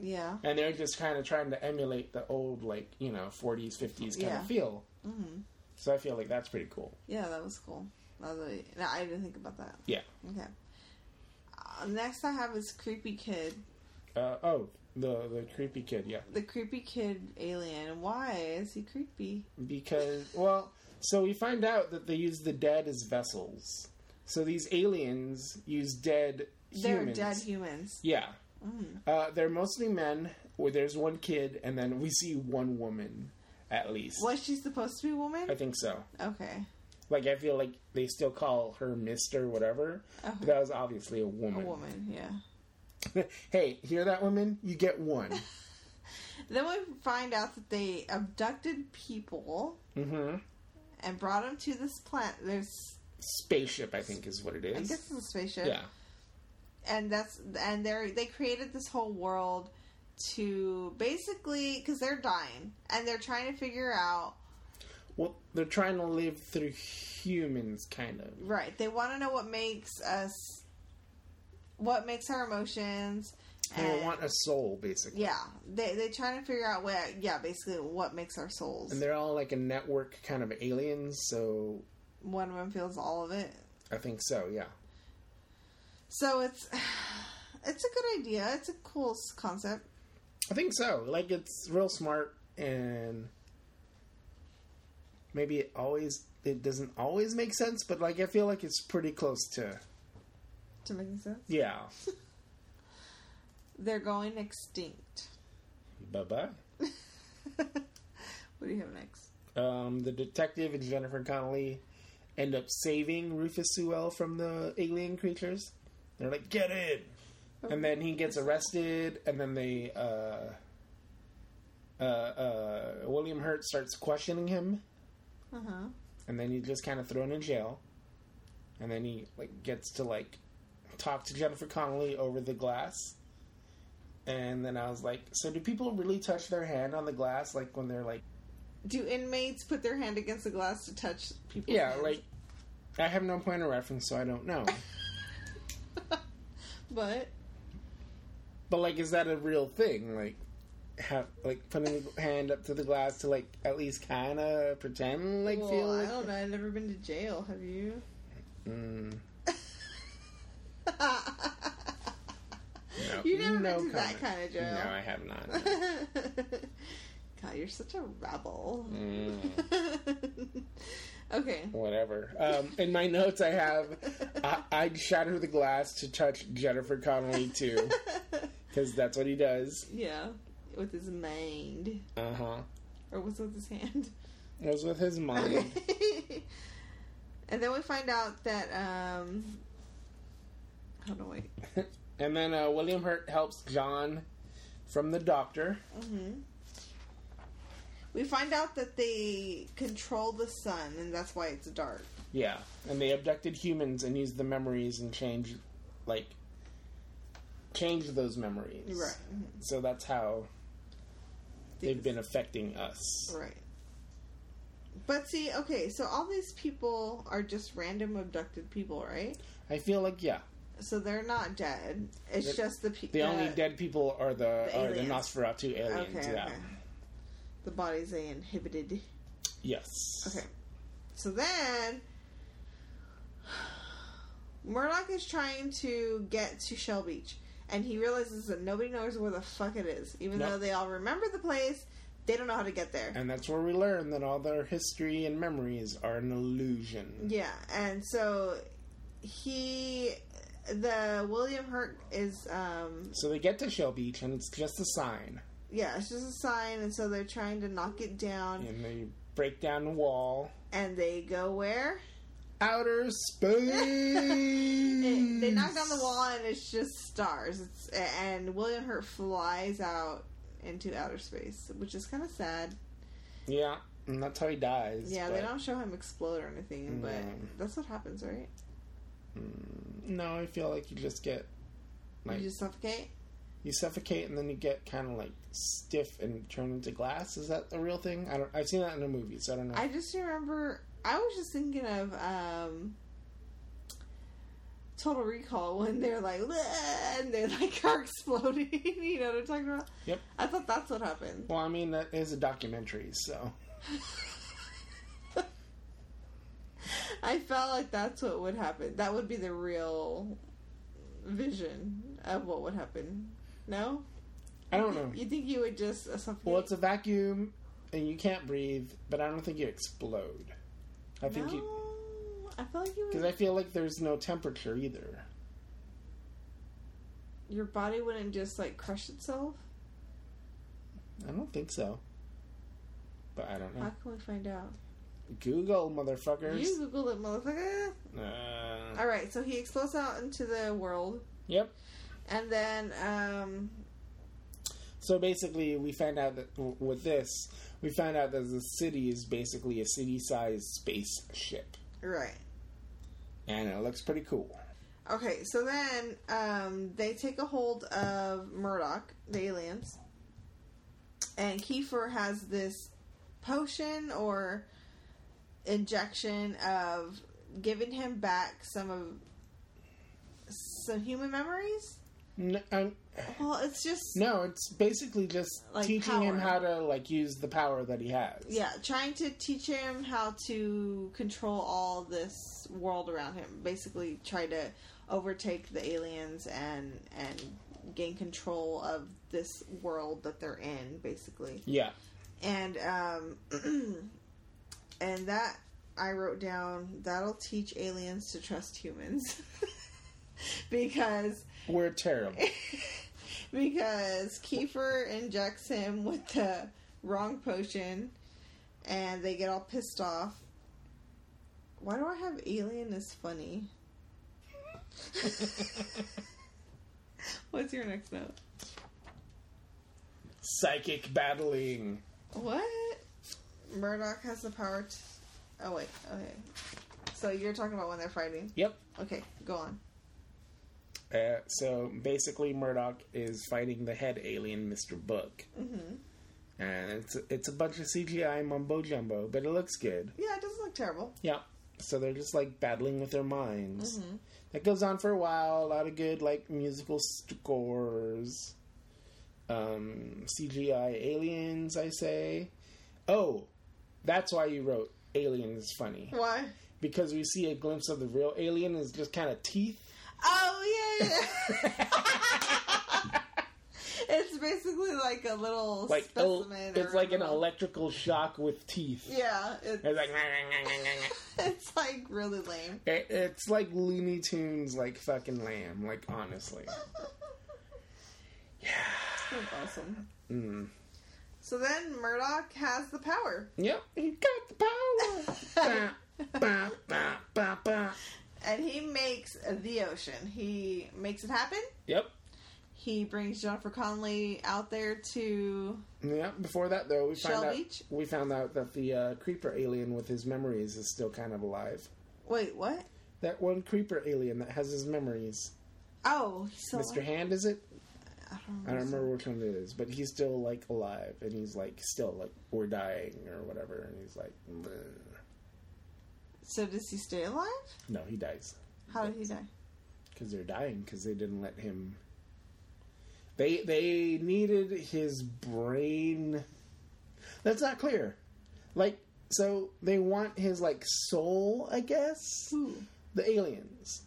Speaker 1: Yeah.
Speaker 2: And they're just kind of trying to emulate the old, like, you know, 40s, 50s kind
Speaker 1: Yeah.
Speaker 2: of feel. Mm-hmm. So I feel like that's pretty cool.
Speaker 1: Yeah, that was cool. That was really- no, I didn't think about that.
Speaker 2: Yeah.
Speaker 1: Okay. Uh, next I have is Creepy Kid.
Speaker 2: Uh, oh, the, the creepy kid, yeah.
Speaker 1: The Creepy Kid alien. Why is he creepy?
Speaker 2: because well so we find out that they use the dead as vessels so these aliens use dead
Speaker 1: They're
Speaker 2: humans
Speaker 1: dead humans. Mm.
Speaker 2: yeah uh, they're mostly men where there's one kid and then we see one woman at least
Speaker 1: Was she supposed to be a
Speaker 2: i
Speaker 1: woman?
Speaker 2: think so
Speaker 1: Okay.
Speaker 2: like i feel like they still call her mister whatever but that was obviously a
Speaker 1: A
Speaker 2: woman,
Speaker 1: woman, yeah.
Speaker 2: hey hear that woman you get one
Speaker 1: Then we find out that they abducted people
Speaker 2: hmm
Speaker 1: and brought them to this planet. There's,
Speaker 2: spaceship i think is what it is
Speaker 1: I guess, it's a spaceship.
Speaker 2: yeah
Speaker 1: and that's and they're they created this whole world to basically because they're dying and they're trying to figure out
Speaker 2: well they're trying to live through humans kind of
Speaker 1: right they want to know what makes us what makes our emotions
Speaker 2: They
Speaker 1: and
Speaker 2: want a soul, basically.
Speaker 1: yeah they they trying to figure out what yeah basically what makes our souls
Speaker 2: And they're all like a network kind of aliens, so
Speaker 1: one of them feels all of it
Speaker 2: I think so, yeah.
Speaker 1: so it's it's a good idea it's a cool s- concept
Speaker 2: I think so. Like, it's real smart, and maybe it always, it doesn't always make sense, but like, I feel like it's pretty close to,
Speaker 1: to making sense
Speaker 2: yeah.
Speaker 1: they're going extinct
Speaker 2: bye bye.
Speaker 1: what do you have next
Speaker 2: Um, the detective and Jennifer Connelly end up saving Rufus Sewell from the alien creatures. They're like, get in! And then he gets arrested, and then they, uh, uh, uh, William Hurt starts questioning him,
Speaker 1: uh-huh
Speaker 2: and then he's just kind of thrown in jail. And then he, like, gets to, like, talk to Jennifer Connelly over the glass. And then I was like, so do people really touch their hand on the glass, like, when they're, like,
Speaker 1: Do inmates put their hand against the glass to touch people?
Speaker 2: Yeah, like I have no point of reference, so I don't know.
Speaker 1: But
Speaker 2: but like, is that a real thing? Like, have like putting the hand up to the glass to like at least kind of pretend like
Speaker 1: well,
Speaker 2: feel
Speaker 1: I
Speaker 2: like
Speaker 1: don't know. I've never been to jail. Have you?
Speaker 2: Mm, no,
Speaker 1: You've never been
Speaker 2: no
Speaker 1: to that
Speaker 2: comment.
Speaker 1: kind of jail.
Speaker 2: No, I have not.
Speaker 1: God, you're such a rebel.
Speaker 2: Mm,
Speaker 1: okay.
Speaker 2: whatever. Um, in my notes, I have I, I'd shatter the glass to touch Jennifer Connelly too, because that's what he does.
Speaker 1: yeah, with his mind,
Speaker 2: Uh huh.
Speaker 1: or was it with his hand?
Speaker 2: It was with his mind.
Speaker 1: Okay. and then we find out that um, hold on, wait.
Speaker 2: And then uh, William Hurt helps John from the doctor.
Speaker 1: hmm We find out that they control the sun, and that's why it's dark.
Speaker 2: Yeah. And they abducted humans and used the memories and changed, like, changed those memories.
Speaker 1: mhm.
Speaker 2: So that's how they've
Speaker 1: Because-
Speaker 2: been affecting us.
Speaker 1: Right. But see, okay, so all these people are just random abducted people, right?
Speaker 2: I feel like, yeah.
Speaker 1: So they're not dead. It's
Speaker 2: The-
Speaker 1: just the people.
Speaker 2: The only dead people are the,
Speaker 1: The
Speaker 2: are the
Speaker 1: aliens.
Speaker 2: Nosferatu aliens.
Speaker 1: Okay,
Speaker 2: yeah.
Speaker 1: okay. the bodies they inhibited.
Speaker 2: Yes.
Speaker 1: Okay. So then Murdoch is trying to get to Shell Beach and he realizes that nobody knows where the fuck it is. Even
Speaker 2: Nope.
Speaker 1: though they all remember the place, they don't know how to get there.
Speaker 2: And that's where we learn that all their history and memories are an illusion.
Speaker 1: Yeah, and so he the William Hurt is um
Speaker 2: So they get to Shell Beach and it's just a sign.
Speaker 1: yeah, it's just a sign and so they're trying to knock it down
Speaker 2: And they break down the wall.
Speaker 1: and they go where?
Speaker 2: Outer space!
Speaker 1: It,
Speaker 2: Mm.
Speaker 1: they knock down the wall and it's just stars. It's and William Hurt flies out into outer space, which is kind of sad.
Speaker 2: Yeah, and that's how he dies.
Speaker 1: Yeah, they
Speaker 2: but-
Speaker 1: don't show him explode or anything, but
Speaker 2: No.
Speaker 1: that's what happens, right?
Speaker 2: No, hmm, I feel like you just get like
Speaker 1: You
Speaker 2: you,
Speaker 1: just suffocate.
Speaker 2: suffocate and then you get kind of like stiff and turn into glass. Is that the real thing? I don't. I've seen that in a movie, so I don't know.
Speaker 1: I just remember I was just thinking of um Total Recall when they're like "Bleh," and they're like are exploding. you know what I'm talking about?
Speaker 2: Yep.
Speaker 1: I thought that's what happened.
Speaker 2: well, I mean that is a documentary, so
Speaker 1: I felt like that's what would happen. That would be the real vision of what would happen. No,
Speaker 2: I don't know.
Speaker 1: you think you would just uh, suffocate?
Speaker 2: Well, it's a vacuum and you can't breathe, but I don't think you explode. I think
Speaker 1: no,
Speaker 2: you
Speaker 1: I feel like you
Speaker 2: because
Speaker 1: would,
Speaker 2: I feel like there's no temperature either.
Speaker 1: your body wouldn't just like crush itself.
Speaker 2: I don't think so. But I don't
Speaker 1: How
Speaker 2: know.
Speaker 1: can we find out?
Speaker 2: Google, motherfuckers.
Speaker 1: You Google it, motherfucker.
Speaker 2: Uh,
Speaker 1: All right, so he explodes out into the world,
Speaker 2: Yep.
Speaker 1: and then um,
Speaker 2: So basically, we found out that w- with this, we found out that the city is basically a city-sized spaceship,
Speaker 1: right.
Speaker 2: and it looks pretty cool.
Speaker 1: Okay, so then um, they take a hold of Murdoch, the aliens, and Kiefer has this potion or injection of giving him back some of some human memories.
Speaker 2: No, um,
Speaker 1: Well, it's just
Speaker 2: no it's basically just
Speaker 1: Like
Speaker 2: teaching him
Speaker 1: power.
Speaker 2: how to like use the power that he has.
Speaker 1: yeah, trying to teach him how to control all this world around him. Basically, try to overtake the aliens and and gain control of this world that they're in. Basically,
Speaker 2: Yeah.
Speaker 1: and um, and that I wrote down that'll teach aliens to trust humans because
Speaker 2: We're terrible.
Speaker 1: because Kiefer injects him with the wrong potion, and they get all pissed off. Why do I have alien is funny? What's your next note?
Speaker 2: Psychic battling.
Speaker 1: What? Murdoch has the power to. Oh wait, okay. So you're talking about when they're fighting?
Speaker 2: Yep.
Speaker 1: Okay, go on.
Speaker 2: Uh, so basically, Murdoch is fighting the head alien, Mister Book,
Speaker 1: Mm-hmm.
Speaker 2: and it's it's a bunch of CGI mumbo jumbo, but it looks good.
Speaker 1: Yeah, Mm-hmm. it doesn't look terrible.
Speaker 2: Yeah. So they're just like battling with their minds. That goes on for a while. A lot of good like musical scores. Um, CGI aliens, I say. Oh, that's why you wrote alien is funny
Speaker 1: Why?
Speaker 2: because we see a glimpse of the real alien is just kind of teeth.
Speaker 1: Oh yeah. it's basically like a little
Speaker 2: Like el-
Speaker 1: specimen.
Speaker 2: it's
Speaker 1: or
Speaker 2: like an
Speaker 1: whatever.
Speaker 2: electrical shock with teeth.
Speaker 1: yeah. It's,
Speaker 2: It's like
Speaker 1: it's like really lame.
Speaker 2: it, it's like Looney Tunes like fucking lamb. Like honestly,
Speaker 1: That's awesome.
Speaker 2: Mm.
Speaker 1: So then Murdoch has the power,
Speaker 2: yep, he got the power. Bah, bah, bah, bah, bah.
Speaker 1: and he makes the ocean. He makes it happen.
Speaker 2: Yep.
Speaker 1: He brings Jennifer Connelly out there to
Speaker 2: Yeah. Before that, though, we
Speaker 1: Shell
Speaker 2: found out
Speaker 1: Beach?
Speaker 2: we found out that the uh, creeper alien with his memories is still kind of alive.
Speaker 1: wait. What?
Speaker 2: That one creeper alien that has his memories,
Speaker 1: Oh, he's so
Speaker 2: Mr. Hand, is it?
Speaker 1: I don't
Speaker 2: I don't
Speaker 1: remember.
Speaker 2: remember which one it is, but he's still like alive, and he's like still like we're dying or whatever, and he's like, "Bleh."
Speaker 1: So does he stay alive?
Speaker 2: no, he dies
Speaker 1: How did he die?
Speaker 2: because they're dying because they didn't let him. They they needed his brain. That's not clear. Like, so they want his like soul, I guess.
Speaker 1: Who
Speaker 2: The aliens,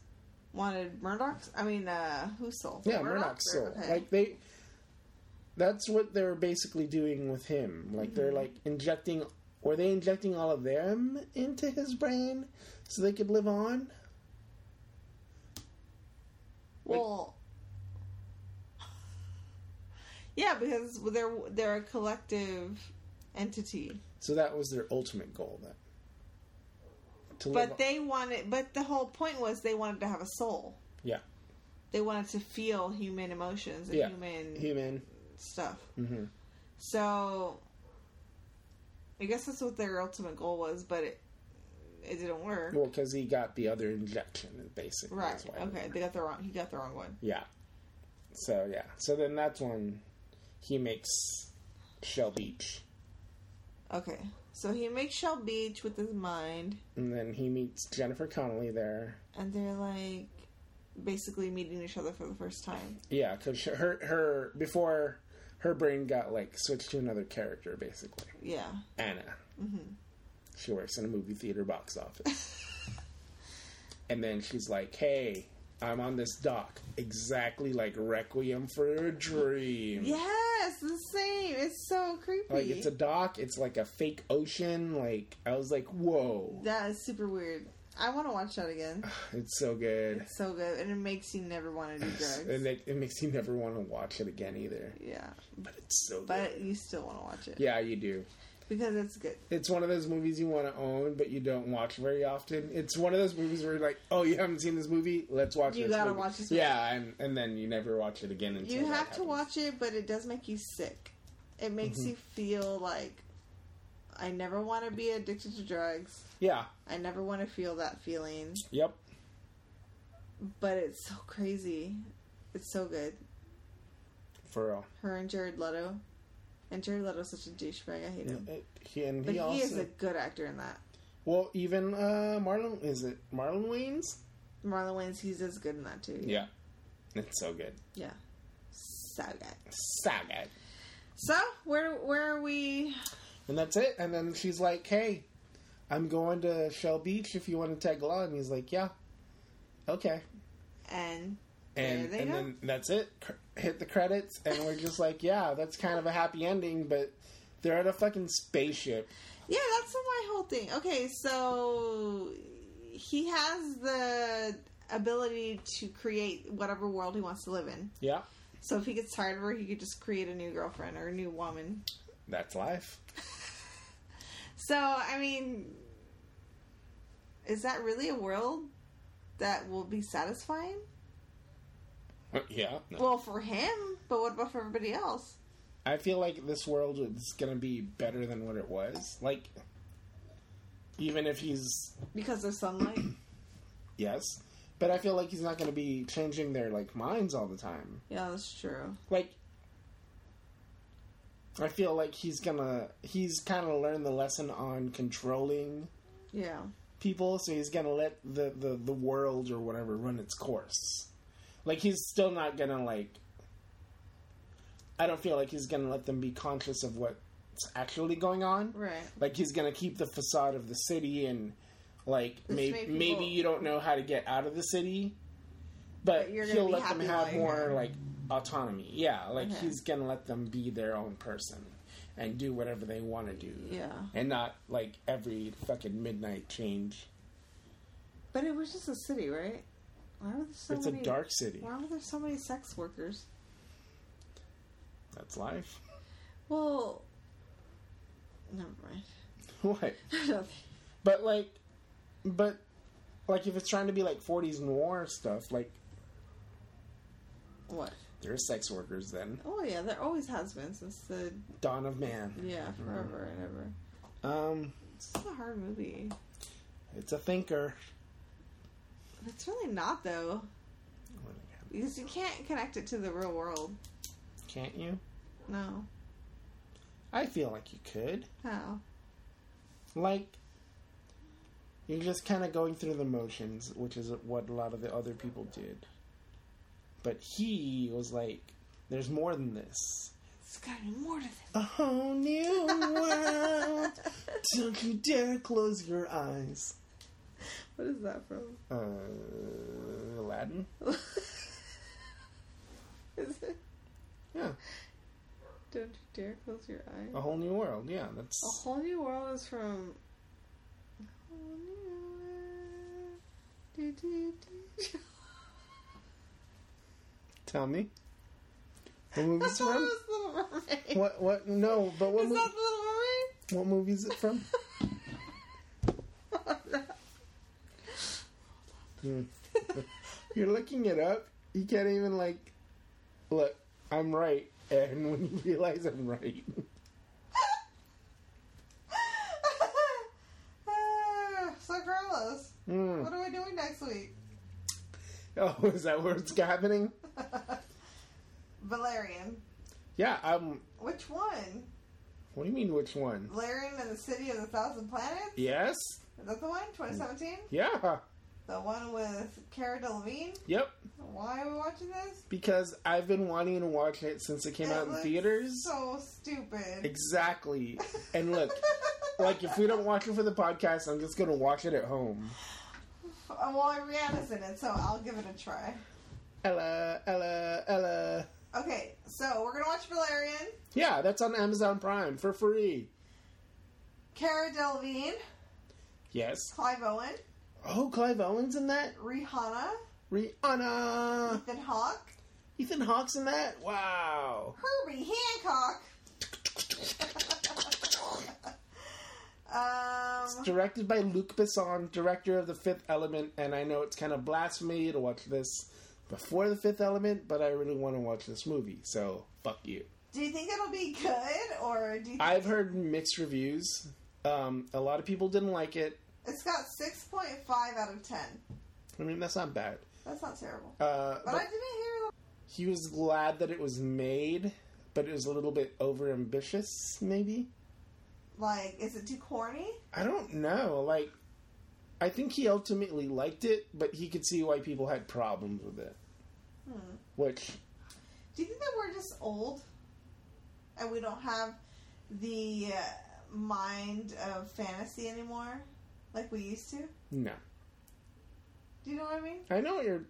Speaker 1: wanted Murdoch's? I mean, uh, who's soul?
Speaker 2: yeah, Murdoch's soul.
Speaker 1: Okay.
Speaker 2: Like they, that's what they're basically doing with him. Like they're
Speaker 1: Mm-hmm.
Speaker 2: like injecting. Were they injecting all of them into his brain so they could live on?
Speaker 1: well, yeah, because they're they're a collective entity,
Speaker 2: So that was their ultimate goal then. To live
Speaker 1: but
Speaker 2: on-
Speaker 1: they wanted. But the whole point was they wanted to have a soul.
Speaker 2: yeah,
Speaker 1: They wanted to feel human emotions and
Speaker 2: yeah,
Speaker 1: human
Speaker 2: human.
Speaker 1: stuff.
Speaker 2: hmm
Speaker 1: So, I guess that's what their ultimate goal was, but it it didn't work.
Speaker 2: Well, because he got the other injection, basically.
Speaker 1: right?
Speaker 2: That's why he
Speaker 1: Okay, they got the wrong. He got the wrong one.
Speaker 2: Yeah. So yeah. So then that's when he makes Shell Beach,
Speaker 1: Okay, so he makes Shell Beach with his mind,
Speaker 2: and then he meets Jennifer Connelly there.
Speaker 1: and they're like basically meeting each other for the first time.
Speaker 2: Yeah, because her her before her brain got like switched to another character, basically
Speaker 1: Yeah,
Speaker 2: Anna. Mm-hmm. She works in a movie theater box office, and then she's like, "Hey." I'm on this dock, exactly like Requiem for a Dream.
Speaker 1: yes, the same. It's so creepy.
Speaker 2: Like it's a dock, it's like a fake ocean. Like I was like, whoa,
Speaker 1: that is super weird. I want to watch that again.
Speaker 2: it's so good.
Speaker 1: so good, and it makes you never want to do drugs.
Speaker 2: And it, it makes you never want to watch it again either.
Speaker 1: yeah,
Speaker 2: But it's so good.
Speaker 1: but you still want to watch it
Speaker 2: Yeah, you do.
Speaker 1: because it's good.
Speaker 2: It's one of those movies you want to own, but you don't watch very often. It's one of those movies where you're like, oh, you haven't seen this movie? Let's watch
Speaker 1: You
Speaker 2: this
Speaker 1: gotta
Speaker 2: movie.
Speaker 1: watch this
Speaker 2: Yeah, and, and then you never watch it again until
Speaker 1: You
Speaker 2: that
Speaker 1: have to
Speaker 2: happens. Mm-hmm.
Speaker 1: watch it, but it does make you sick. It makes you feel like I never want to be addicted to drugs.
Speaker 2: Yeah,
Speaker 1: I never want to feel that feeling,
Speaker 2: yep.
Speaker 1: but it's so crazy. It's so good.
Speaker 2: For real.
Speaker 1: Her and Jared Leto. And Jared Leto's such a douchebag. I hate him.
Speaker 2: It- he, and
Speaker 1: But
Speaker 2: he,
Speaker 1: he,
Speaker 2: also.
Speaker 1: is a good actor in that.
Speaker 2: Well, even uh, Marlon. Is it Marlon Wayans?
Speaker 1: Marlon Wayans, he's as good in that too.
Speaker 2: Yeah. It's so good.
Speaker 1: Yeah. So good.
Speaker 2: So good.
Speaker 1: So, where where are we?
Speaker 2: And that's it. And then she's like, "Hey, I'm going to Shell Beach if you want to tag along." And he's like, "Yeah, okay."
Speaker 1: And
Speaker 2: And
Speaker 1: There they
Speaker 2: and
Speaker 1: go.
Speaker 2: then that's it. Cr- Hit the credits, and we're just like, "Yeah, that's kind of a happy ending." But they're on a fucking spaceship.
Speaker 1: Yeah, that's my whole thing. Okay, so he has the ability to create whatever world he wants to live in.
Speaker 2: Yeah,
Speaker 1: So if he gets tired of her, he could just create a new girlfriend or a new woman.
Speaker 2: that's life.
Speaker 1: So, I mean, is that really a world that will be satisfying?
Speaker 2: yeah, no.
Speaker 1: Well, for him, but what about for everybody else?
Speaker 2: I feel like this world is gonna be better than what it was. Like, even if he's
Speaker 1: Because there's sunlight?
Speaker 2: yes, but I feel like he's not gonna be changing their like minds all the time.
Speaker 1: yeah, that's true.
Speaker 2: like I feel like he's gonna he's kind of learned the lesson on controlling
Speaker 1: Yeah.
Speaker 2: people, so he's gonna let the, the the world or whatever run its course. Like he's still not gonna like. I don't feel like he's gonna let them be conscious of what's actually going on.
Speaker 1: Right.
Speaker 2: Like he's gonna keep the facade of the city and like may-
Speaker 1: make people-
Speaker 2: maybe you don't know how to get out of the city, but,
Speaker 1: But you're gonna
Speaker 2: he'll
Speaker 1: be
Speaker 2: let them
Speaker 1: happy
Speaker 2: have
Speaker 1: like-
Speaker 2: more like autonomy. Yeah, like
Speaker 1: Okay.
Speaker 2: he's gonna let them be their own person and do whatever they want to do.
Speaker 1: Yeah.
Speaker 2: and not like every fucking midnight change.
Speaker 1: But it was just a city, right? Why were there so
Speaker 2: it's
Speaker 1: many...
Speaker 2: a dark city.
Speaker 1: Why were there so many sex workers?
Speaker 2: That's life.
Speaker 1: Well, never mind.
Speaker 2: what?
Speaker 1: I don't think-
Speaker 2: But like, but like if it's trying to be like '40s noir stuff, like
Speaker 1: what?
Speaker 2: there are sex workers then.
Speaker 1: Oh yeah, there always has been since the
Speaker 2: Dawn of man.
Speaker 1: yeah forever and ever.
Speaker 2: Um,
Speaker 1: This is a hard movie.
Speaker 2: it's a thinker.
Speaker 1: It's really not though, because you can't connect it to the real world.
Speaker 2: Can't you?
Speaker 1: No,
Speaker 2: I feel like you could.
Speaker 1: how?
Speaker 2: Like, you're just kind of going through the motions, which is what a lot of the other people did. But he was like, there's more than this.
Speaker 1: It's got to be more to this.
Speaker 2: A whole new world. Don't you dare close your eyes.
Speaker 1: What is that from?
Speaker 2: Uh, Aladdin?
Speaker 1: is it?
Speaker 2: Yeah.
Speaker 1: Don't you dare close your eyes.
Speaker 2: A whole new world. Yeah,
Speaker 1: A
Speaker 2: that's.
Speaker 1: whole new world is from. A whole new world. Do, do, do.
Speaker 2: Tell me. What movie's
Speaker 1: That's what was
Speaker 2: from?
Speaker 1: Little Mermaid.
Speaker 2: What? What? No, but what?
Speaker 1: Is
Speaker 2: Mo-
Speaker 1: that the Little Mermaid?
Speaker 2: what movie is it from? Hmm. You're looking it up. You can't even like. Look, I'm right, and when you realize I'm right,
Speaker 1: Ah, so Carlos,
Speaker 2: Hmm.
Speaker 1: what are we doing next week?
Speaker 2: oh, is that where it's happening?
Speaker 1: Valerian.
Speaker 2: Yeah. Um.
Speaker 1: Which one?
Speaker 2: What do you mean? Which one?
Speaker 1: Valerian and the City of the Thousand Planets?
Speaker 2: Yes.
Speaker 1: Is that the one? 2017?
Speaker 2: Yeah.
Speaker 1: The one with Cara Delevingne?
Speaker 2: Yep.
Speaker 1: Why are we watching this?
Speaker 2: Because I've been wanting to watch it since it came out in
Speaker 1: looks
Speaker 2: theaters.
Speaker 1: So stupid.
Speaker 2: Exactly. And look, like if we don't watch it for the podcast, I'm just gonna watch it at home.
Speaker 1: well, Rihanna's in it, so I'll give it a try.
Speaker 2: Ella, Ella, Ella.
Speaker 1: Okay, so we're gonna watch Valerian.
Speaker 2: Yeah, that's on Amazon Prime for free.
Speaker 1: Cara Delevingne,
Speaker 2: Yes.
Speaker 1: Clive Owen,
Speaker 2: Oh, Clive Owen's in that.
Speaker 1: Rihanna,
Speaker 2: Rihanna.
Speaker 1: Ethan Hawke,
Speaker 2: Ethan Hawke's in that. Wow.
Speaker 1: Herbie Hancock. um,
Speaker 2: Directed by Luc Besson, director of The Fifth Element, and I know it's kind of blasphemy to watch this before The Fifth Element, but I really want to watch this movie, so fuck you.
Speaker 1: do you think it'll be good, or do you think
Speaker 2: I've heard mixed reviews. Um, a lot of people didn't like it.
Speaker 1: it's got six point five out of ten?
Speaker 2: I mean, that's not bad.
Speaker 1: That's not terrible.
Speaker 2: Uh,
Speaker 1: But
Speaker 2: but
Speaker 1: I didn't hear. The-
Speaker 2: he was glad that it was made, but it was a little bit overambitious, maybe.
Speaker 1: like, is it too corny?
Speaker 2: I don't know. Like, I think he ultimately liked it, but he could see why people had problems with it.
Speaker 1: Hmm.
Speaker 2: Which,
Speaker 1: Do you think that we're just old and we don't have the uh, mind of fantasy anymore like we used to?
Speaker 2: no.
Speaker 1: Do you know what I mean?
Speaker 2: I know what you're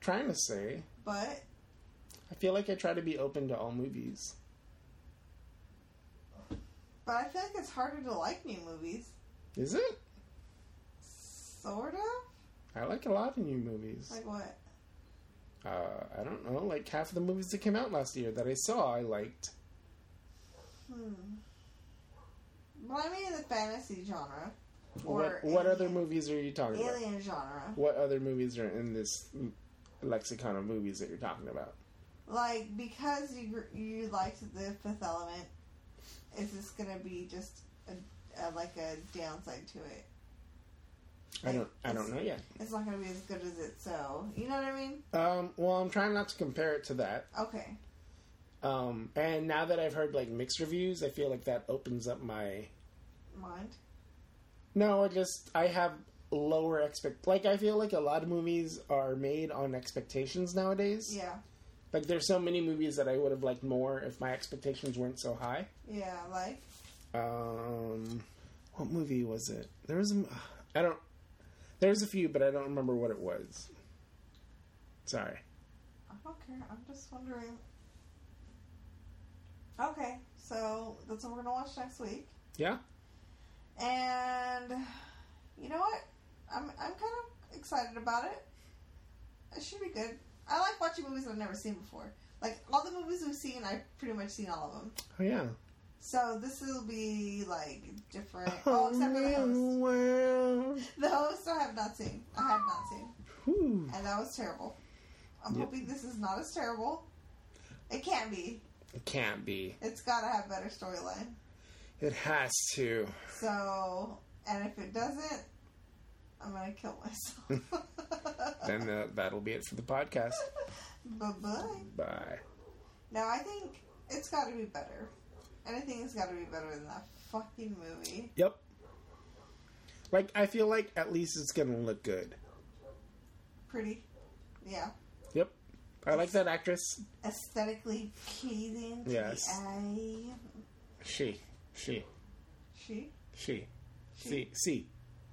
Speaker 2: trying to say.
Speaker 1: But
Speaker 2: I feel like I try to be open to all movies.
Speaker 1: but I feel like it's harder to like new movies,
Speaker 2: Is it?
Speaker 1: sort of.
Speaker 2: I like a lot of new movies.
Speaker 1: Like what?
Speaker 2: Uh, I don't know. Like, half of the movies that came out last year that I saw, I liked.
Speaker 1: Hmm. But I mean the fantasy genre or
Speaker 2: What, what other
Speaker 1: alien-
Speaker 2: movies are you talking about?
Speaker 1: alien genre,
Speaker 2: What other movies are in this lexicon of movies that you're talking about?
Speaker 1: like because you gr- you liked the Fifth Element, is this gonna be just a, a like a downside to it?
Speaker 2: I don't, I don't know yet.
Speaker 1: it's not going to be as good as it. So you know what I mean?
Speaker 2: Um, well, I'm trying not to compare it to that.
Speaker 1: Okay.
Speaker 2: Um, and now that I've heard like mixed reviews, I feel like that opens up my.
Speaker 1: Mind.
Speaker 2: No, I just I have lower expect. Like I feel like a lot of movies are made on expectations nowadays.
Speaker 1: Yeah.
Speaker 2: Like there's so many movies that I would have liked more if my expectations weren't so high.
Speaker 1: Yeah. Like.
Speaker 2: Um, what movie was it? There was a, m- I don't. There's a few, but I don't remember what it was. Sorry.
Speaker 1: I don't care. I'm just wondering. Okay, so that's what we're gonna watch next week.
Speaker 2: Yeah.
Speaker 1: And you know what? I'm I'm kind of excited about it. It should be good. I like watching movies that I've never seen before. Like all the movies we've seen, I've pretty much seen all of them.
Speaker 2: Oh yeah.
Speaker 1: So this will be like different. Oh, except for the
Speaker 2: Whole
Speaker 1: host.
Speaker 2: new world.
Speaker 1: The host I have not seen. I have not seen.
Speaker 2: Whew.
Speaker 1: And that was terrible. I'm
Speaker 2: Yep.
Speaker 1: hoping this is not as terrible. It can't be.
Speaker 2: It can't be.
Speaker 1: It's gotta have better storyline.
Speaker 2: It has to.
Speaker 1: So, and if it doesn't, I'm gonna kill myself.
Speaker 2: Then uh, that'll be it for the podcast.
Speaker 1: bye bye.
Speaker 2: Bye.
Speaker 1: No, I think it's gotta be better. Anything has gotta be better than that fucking movie.
Speaker 2: Yep. Like I feel like at least it's gonna look good.
Speaker 1: Pretty. Yeah.
Speaker 2: Yep. I like that actress.
Speaker 1: Aesthetically pleasing to
Speaker 2: Yes.
Speaker 1: the eye.
Speaker 2: She, she,
Speaker 1: She?
Speaker 2: she,
Speaker 1: She?
Speaker 2: she, she,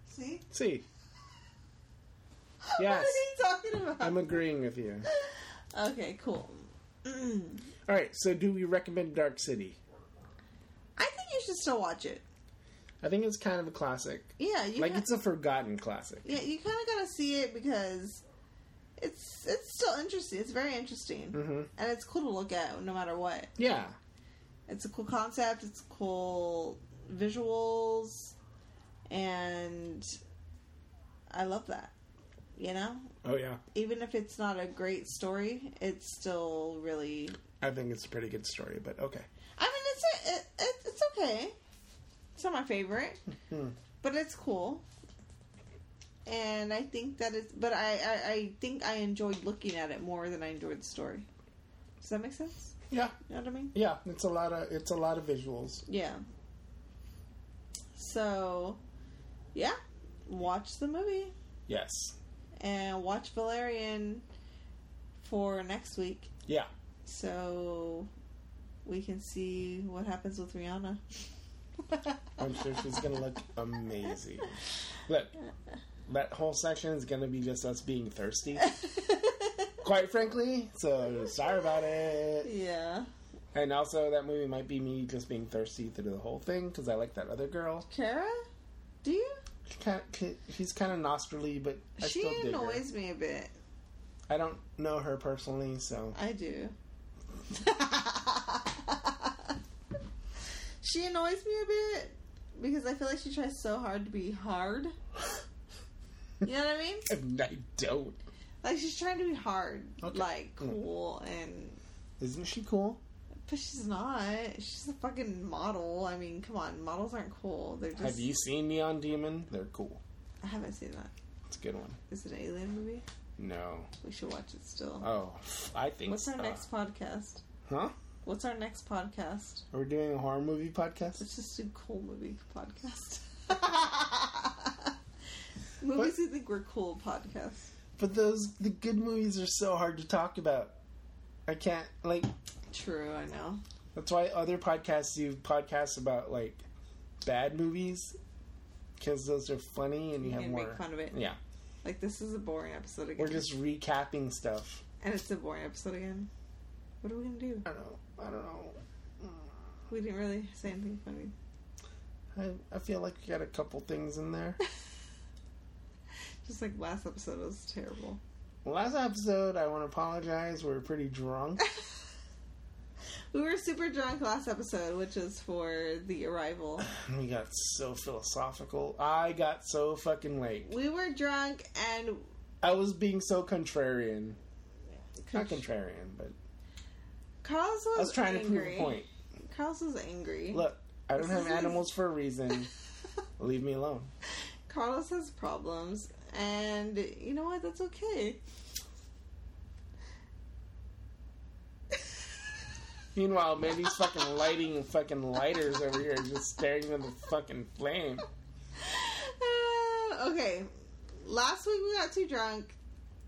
Speaker 1: See?
Speaker 2: she.
Speaker 1: What are
Speaker 2: Yes,
Speaker 1: you talking about?
Speaker 2: I'm agreeing with you.
Speaker 1: okay, cool.
Speaker 2: All right, so do we recommend Dark City?
Speaker 1: I think you should still watch it.
Speaker 2: I think it's kind of a classic.
Speaker 1: Yeah, you
Speaker 2: Like
Speaker 1: ha-
Speaker 2: it's a forgotten classic.
Speaker 1: yeah, you kind of gotta see it because it's it's still interesting. It's very interesting,
Speaker 2: Mhm.
Speaker 1: and it's cool to look at no matter what.
Speaker 2: Yeah,
Speaker 1: It's a cool concept. It's cool visuals, and I love that. You know,
Speaker 2: Oh yeah,
Speaker 1: even if it's not a great story, it's still really.
Speaker 2: I think it's a pretty good story. But okay,
Speaker 1: I mean, it's a, it, it, it's okay. It's not my favorite,
Speaker 2: Hmm.
Speaker 1: but it's cool. And I think that it's, but I, I, I think I enjoyed looking at it more than I enjoyed the story. Does that make sense?
Speaker 2: yeah,
Speaker 1: You know what I mean?
Speaker 2: yeah. It's a lot of it's a lot of visuals.
Speaker 1: Yeah. So, yeah, watch the movie
Speaker 2: Yes,
Speaker 1: and watch Valerian for next week.
Speaker 2: yeah.
Speaker 1: so we can see what happens with Rihanna.
Speaker 2: I'm sure she's gonna look amazing. Look, that whole section is gonna be just us being thirsty. Quite frankly, so sorry about it.
Speaker 1: yeah.
Speaker 2: And also, that movie might be me just being thirsty through the whole thing because I like that other girl.
Speaker 1: Kara? Do you?
Speaker 2: She kind of, she's kind of nostrily, but I
Speaker 1: she
Speaker 2: still dig her.
Speaker 1: annoys me a bit.
Speaker 2: I don't know her personally, so
Speaker 1: I do. she annoys me a bit because I feel like she tries so hard to be hard. You know what I mean?
Speaker 2: I don't.
Speaker 1: Like she's trying to be hard,
Speaker 2: Okay. Mm.
Speaker 1: like cool and
Speaker 2: Isn't she cool?
Speaker 1: But she's not. She's a fucking model. I mean, come on, models aren't cool. They're just.
Speaker 2: Have you seen Neon Demon? They're cool.
Speaker 1: I haven't seen that.
Speaker 2: It's a good one.
Speaker 1: Is it an alien movie?
Speaker 2: No.
Speaker 1: We should watch it still.
Speaker 2: Oh, I think.
Speaker 1: What's our
Speaker 2: uh,
Speaker 1: next podcast?
Speaker 2: Huh?
Speaker 1: What's our next podcast?
Speaker 2: We're doing a horror movie podcast.
Speaker 1: Let's just do cool movie podcast. Movies you think we're cool podcast.
Speaker 2: But those the good movies are so hard to talk about. I can't like.
Speaker 1: True, I know.
Speaker 2: That's why other podcasts do podcasts about like bad movies because those are funny and you,
Speaker 1: You
Speaker 2: have
Speaker 1: can
Speaker 2: more.
Speaker 1: make fun of it.
Speaker 2: Yeah,
Speaker 1: Like this is a boring episode again,
Speaker 2: we're just recapping stuff.
Speaker 1: and it's a boring episode again. What are we gonna do?
Speaker 2: I don't know. I don't know.
Speaker 1: We didn't really say anything funny.
Speaker 2: I, I feel like we got a couple things in there.
Speaker 1: Just like last episode was terrible.
Speaker 2: Last episode, I want to apologize. We were pretty drunk.
Speaker 1: We were super drunk last episode, which is for the arrival.
Speaker 2: and we got so philosophical. I got so fucking late.
Speaker 1: We were drunk and
Speaker 2: I was being so contrarian. Not contrarian, but
Speaker 1: Carlos was,
Speaker 2: I was trying
Speaker 1: angry.
Speaker 2: to prove a point.
Speaker 1: Carlos was angry.
Speaker 2: Look, I don't
Speaker 1: This
Speaker 2: have
Speaker 1: is-
Speaker 2: animals for a reason. Leave me alone.
Speaker 1: Carlos has problems, and you know what? That's okay.
Speaker 2: Meanwhile, Mandy's fucking lighting fucking lighters over here, just staring at the fucking flame.
Speaker 1: Uh, okay, last week we got too drunk.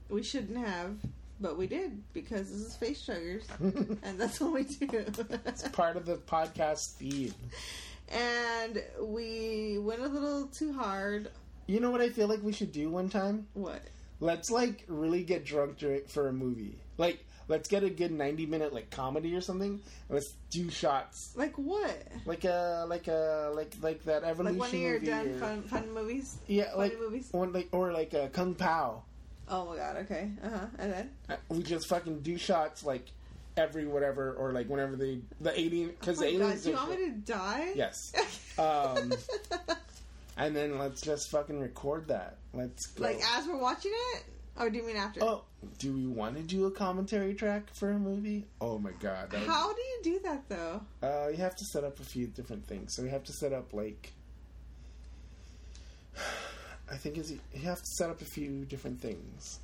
Speaker 1: We shouldn't have, but we did because this is face chuggers, and that's what we do.
Speaker 2: Part of the podcast feed.
Speaker 1: and we went a little too hard.
Speaker 2: You know what I feel like we should do one time?
Speaker 1: What?
Speaker 2: Let's like really get drunk during, for a movie. Like, let's get a good ninety minute like comedy or something. and Let's do shots.
Speaker 1: Like what?
Speaker 2: Like a like a like like that
Speaker 1: Like
Speaker 2: evolution
Speaker 1: one of your
Speaker 2: movie.
Speaker 1: done
Speaker 2: or-
Speaker 1: fun, fun movies?
Speaker 2: yeah, like
Speaker 1: movies?
Speaker 2: one like or like a Kung Pao.
Speaker 1: Oh my god, okay. Uh huh. And then?
Speaker 2: Uh, we just fucking do shots like every whatever or like whenever they the alien because
Speaker 1: Oh
Speaker 2: the
Speaker 1: my god,
Speaker 2: aliens
Speaker 1: do you
Speaker 2: are-
Speaker 1: want me to die?
Speaker 2: yes um and then let's just fucking record that let's go
Speaker 1: like as we're watching it? Or do you mean after?
Speaker 2: oh do we want to do a commentary track for a movie oh my god that would-
Speaker 1: How do you do that though?
Speaker 2: uh you have to set up a few different things so we have to set up like i think is you have to set up a few different things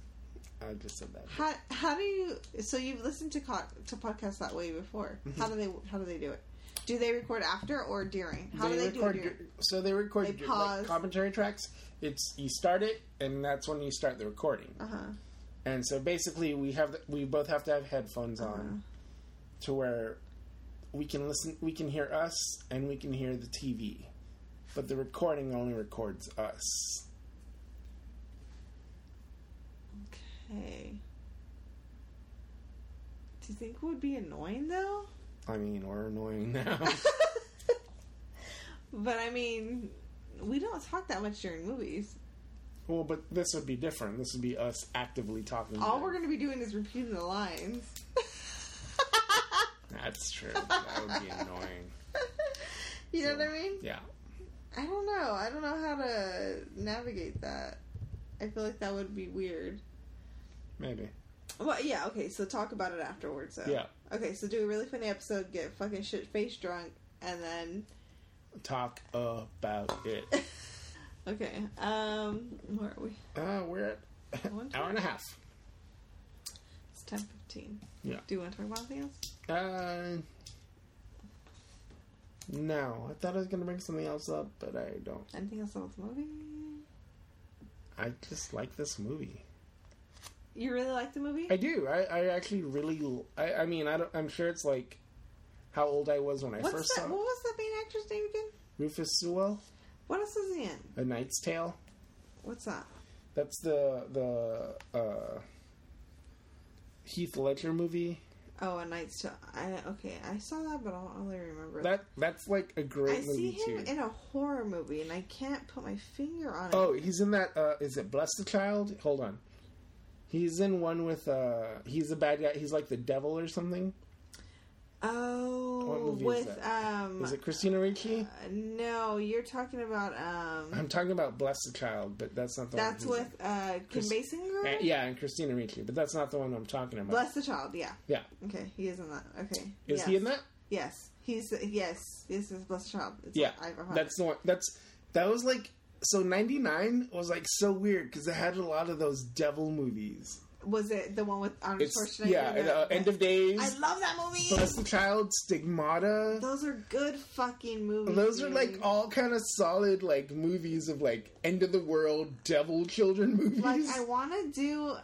Speaker 2: i just said that
Speaker 1: How how do you? So you've listened to co- to podcasts that way before.
Speaker 2: Mm-hmm.
Speaker 1: How do they how do they do it? Do they record after or during? How do they
Speaker 2: record,
Speaker 1: do it?
Speaker 2: your- So they record
Speaker 1: They
Speaker 2: your,
Speaker 1: pause.
Speaker 2: like, commentary tracks. It's you start it, and that's when you start the recording.
Speaker 1: Uh huh.
Speaker 2: And so basically, we have we both have to have headphones
Speaker 1: Uh-huh.
Speaker 2: on, to where we can listen, we can hear us, and we can hear the TV, but the recording only records us.
Speaker 1: Okay. Do you think it would be annoying though?
Speaker 2: I mean, we're annoying now.
Speaker 1: But I mean, we don't talk that much during movies.
Speaker 2: well, but this would be different. This would be us actively talking. to
Speaker 1: All
Speaker 2: them.
Speaker 1: we're going to be doing is repeating the lines.
Speaker 2: That's true. That would be annoying.
Speaker 1: you know what I mean?
Speaker 2: Yeah.
Speaker 1: I don't know. I don't know how to navigate that. I feel like that would be weird.
Speaker 2: Maybe.
Speaker 1: Well, yeah, okay, so talk about it afterwards, though.
Speaker 2: Yeah.
Speaker 1: Okay, so do a really funny episode, get fucking shit face drunk, and then.
Speaker 2: Talk about it.
Speaker 1: Okay, um, where are we?
Speaker 2: Uh, we're at
Speaker 1: One
Speaker 2: hour and a half.
Speaker 1: It's ten fifteen.
Speaker 2: Yeah.
Speaker 1: Do you want to talk about anything else?
Speaker 2: Uh, no, I thought I was gonna bring something else up, but I don't.
Speaker 1: Anything else about the movie?
Speaker 2: I just like this movie.
Speaker 1: You really like the movie?
Speaker 2: I do. I, I actually really. l- I, I mean, I don't, I'm sure it's like how old I was when I
Speaker 1: What's
Speaker 2: first
Speaker 1: that?
Speaker 2: saw
Speaker 1: What
Speaker 2: it.
Speaker 1: was that main actor's name again?
Speaker 2: Rufus Sewell,
Speaker 1: What else is he in?
Speaker 2: A Knight's Tale.
Speaker 1: What's that?
Speaker 2: That's the the uh, Heath Ledger movie.
Speaker 1: Oh, a Night's Tale. I okay, I saw that, but I don't really remember.
Speaker 2: That that's like a great
Speaker 1: I see
Speaker 2: movie
Speaker 1: him
Speaker 2: too.
Speaker 1: in a horror movie, and I can't put my finger on it.
Speaker 2: Oh, he's in that. Uh, is it Bless the Child? Hold on. He's in one with. Uh, he's a bad guy. He's like the devil or something.
Speaker 1: Oh,
Speaker 2: What movie is
Speaker 1: with um,
Speaker 2: Is it Christina Ricci?
Speaker 1: uh, no, you're talking about um,
Speaker 2: I'm talking about Bless the Child, but that's not the
Speaker 1: that's
Speaker 2: one.
Speaker 1: with uh, Kim
Speaker 2: Chris-
Speaker 1: Basinger.
Speaker 2: Uh, yeah, and Christina Ricci, but that's not the one I'm talking about.
Speaker 1: Bless the child. Yeah.
Speaker 2: yeah,
Speaker 1: Okay, he is in that. Okay,
Speaker 2: is
Speaker 1: yes.
Speaker 2: he in that?
Speaker 1: Yes, he's yes. This is Bless the child. It's
Speaker 2: Yeah,
Speaker 1: I have a heart.
Speaker 2: that's the one. That's that was like so. '99 was like so weird because it had a lot of those devil movies.
Speaker 1: was it the one with Arnold
Speaker 2: It's
Speaker 1: Schwarzenegger?
Speaker 2: yeah, and, uh,
Speaker 1: Yeah.
Speaker 2: End of
Speaker 1: I
Speaker 2: Days,
Speaker 1: love that movie.
Speaker 2: Bless the Child, Stigmata.
Speaker 1: Those are good fucking movies.
Speaker 2: Those are
Speaker 1: dude.
Speaker 2: like all kind of solid like movies of like end of the world devil children movies.
Speaker 1: like I want to do.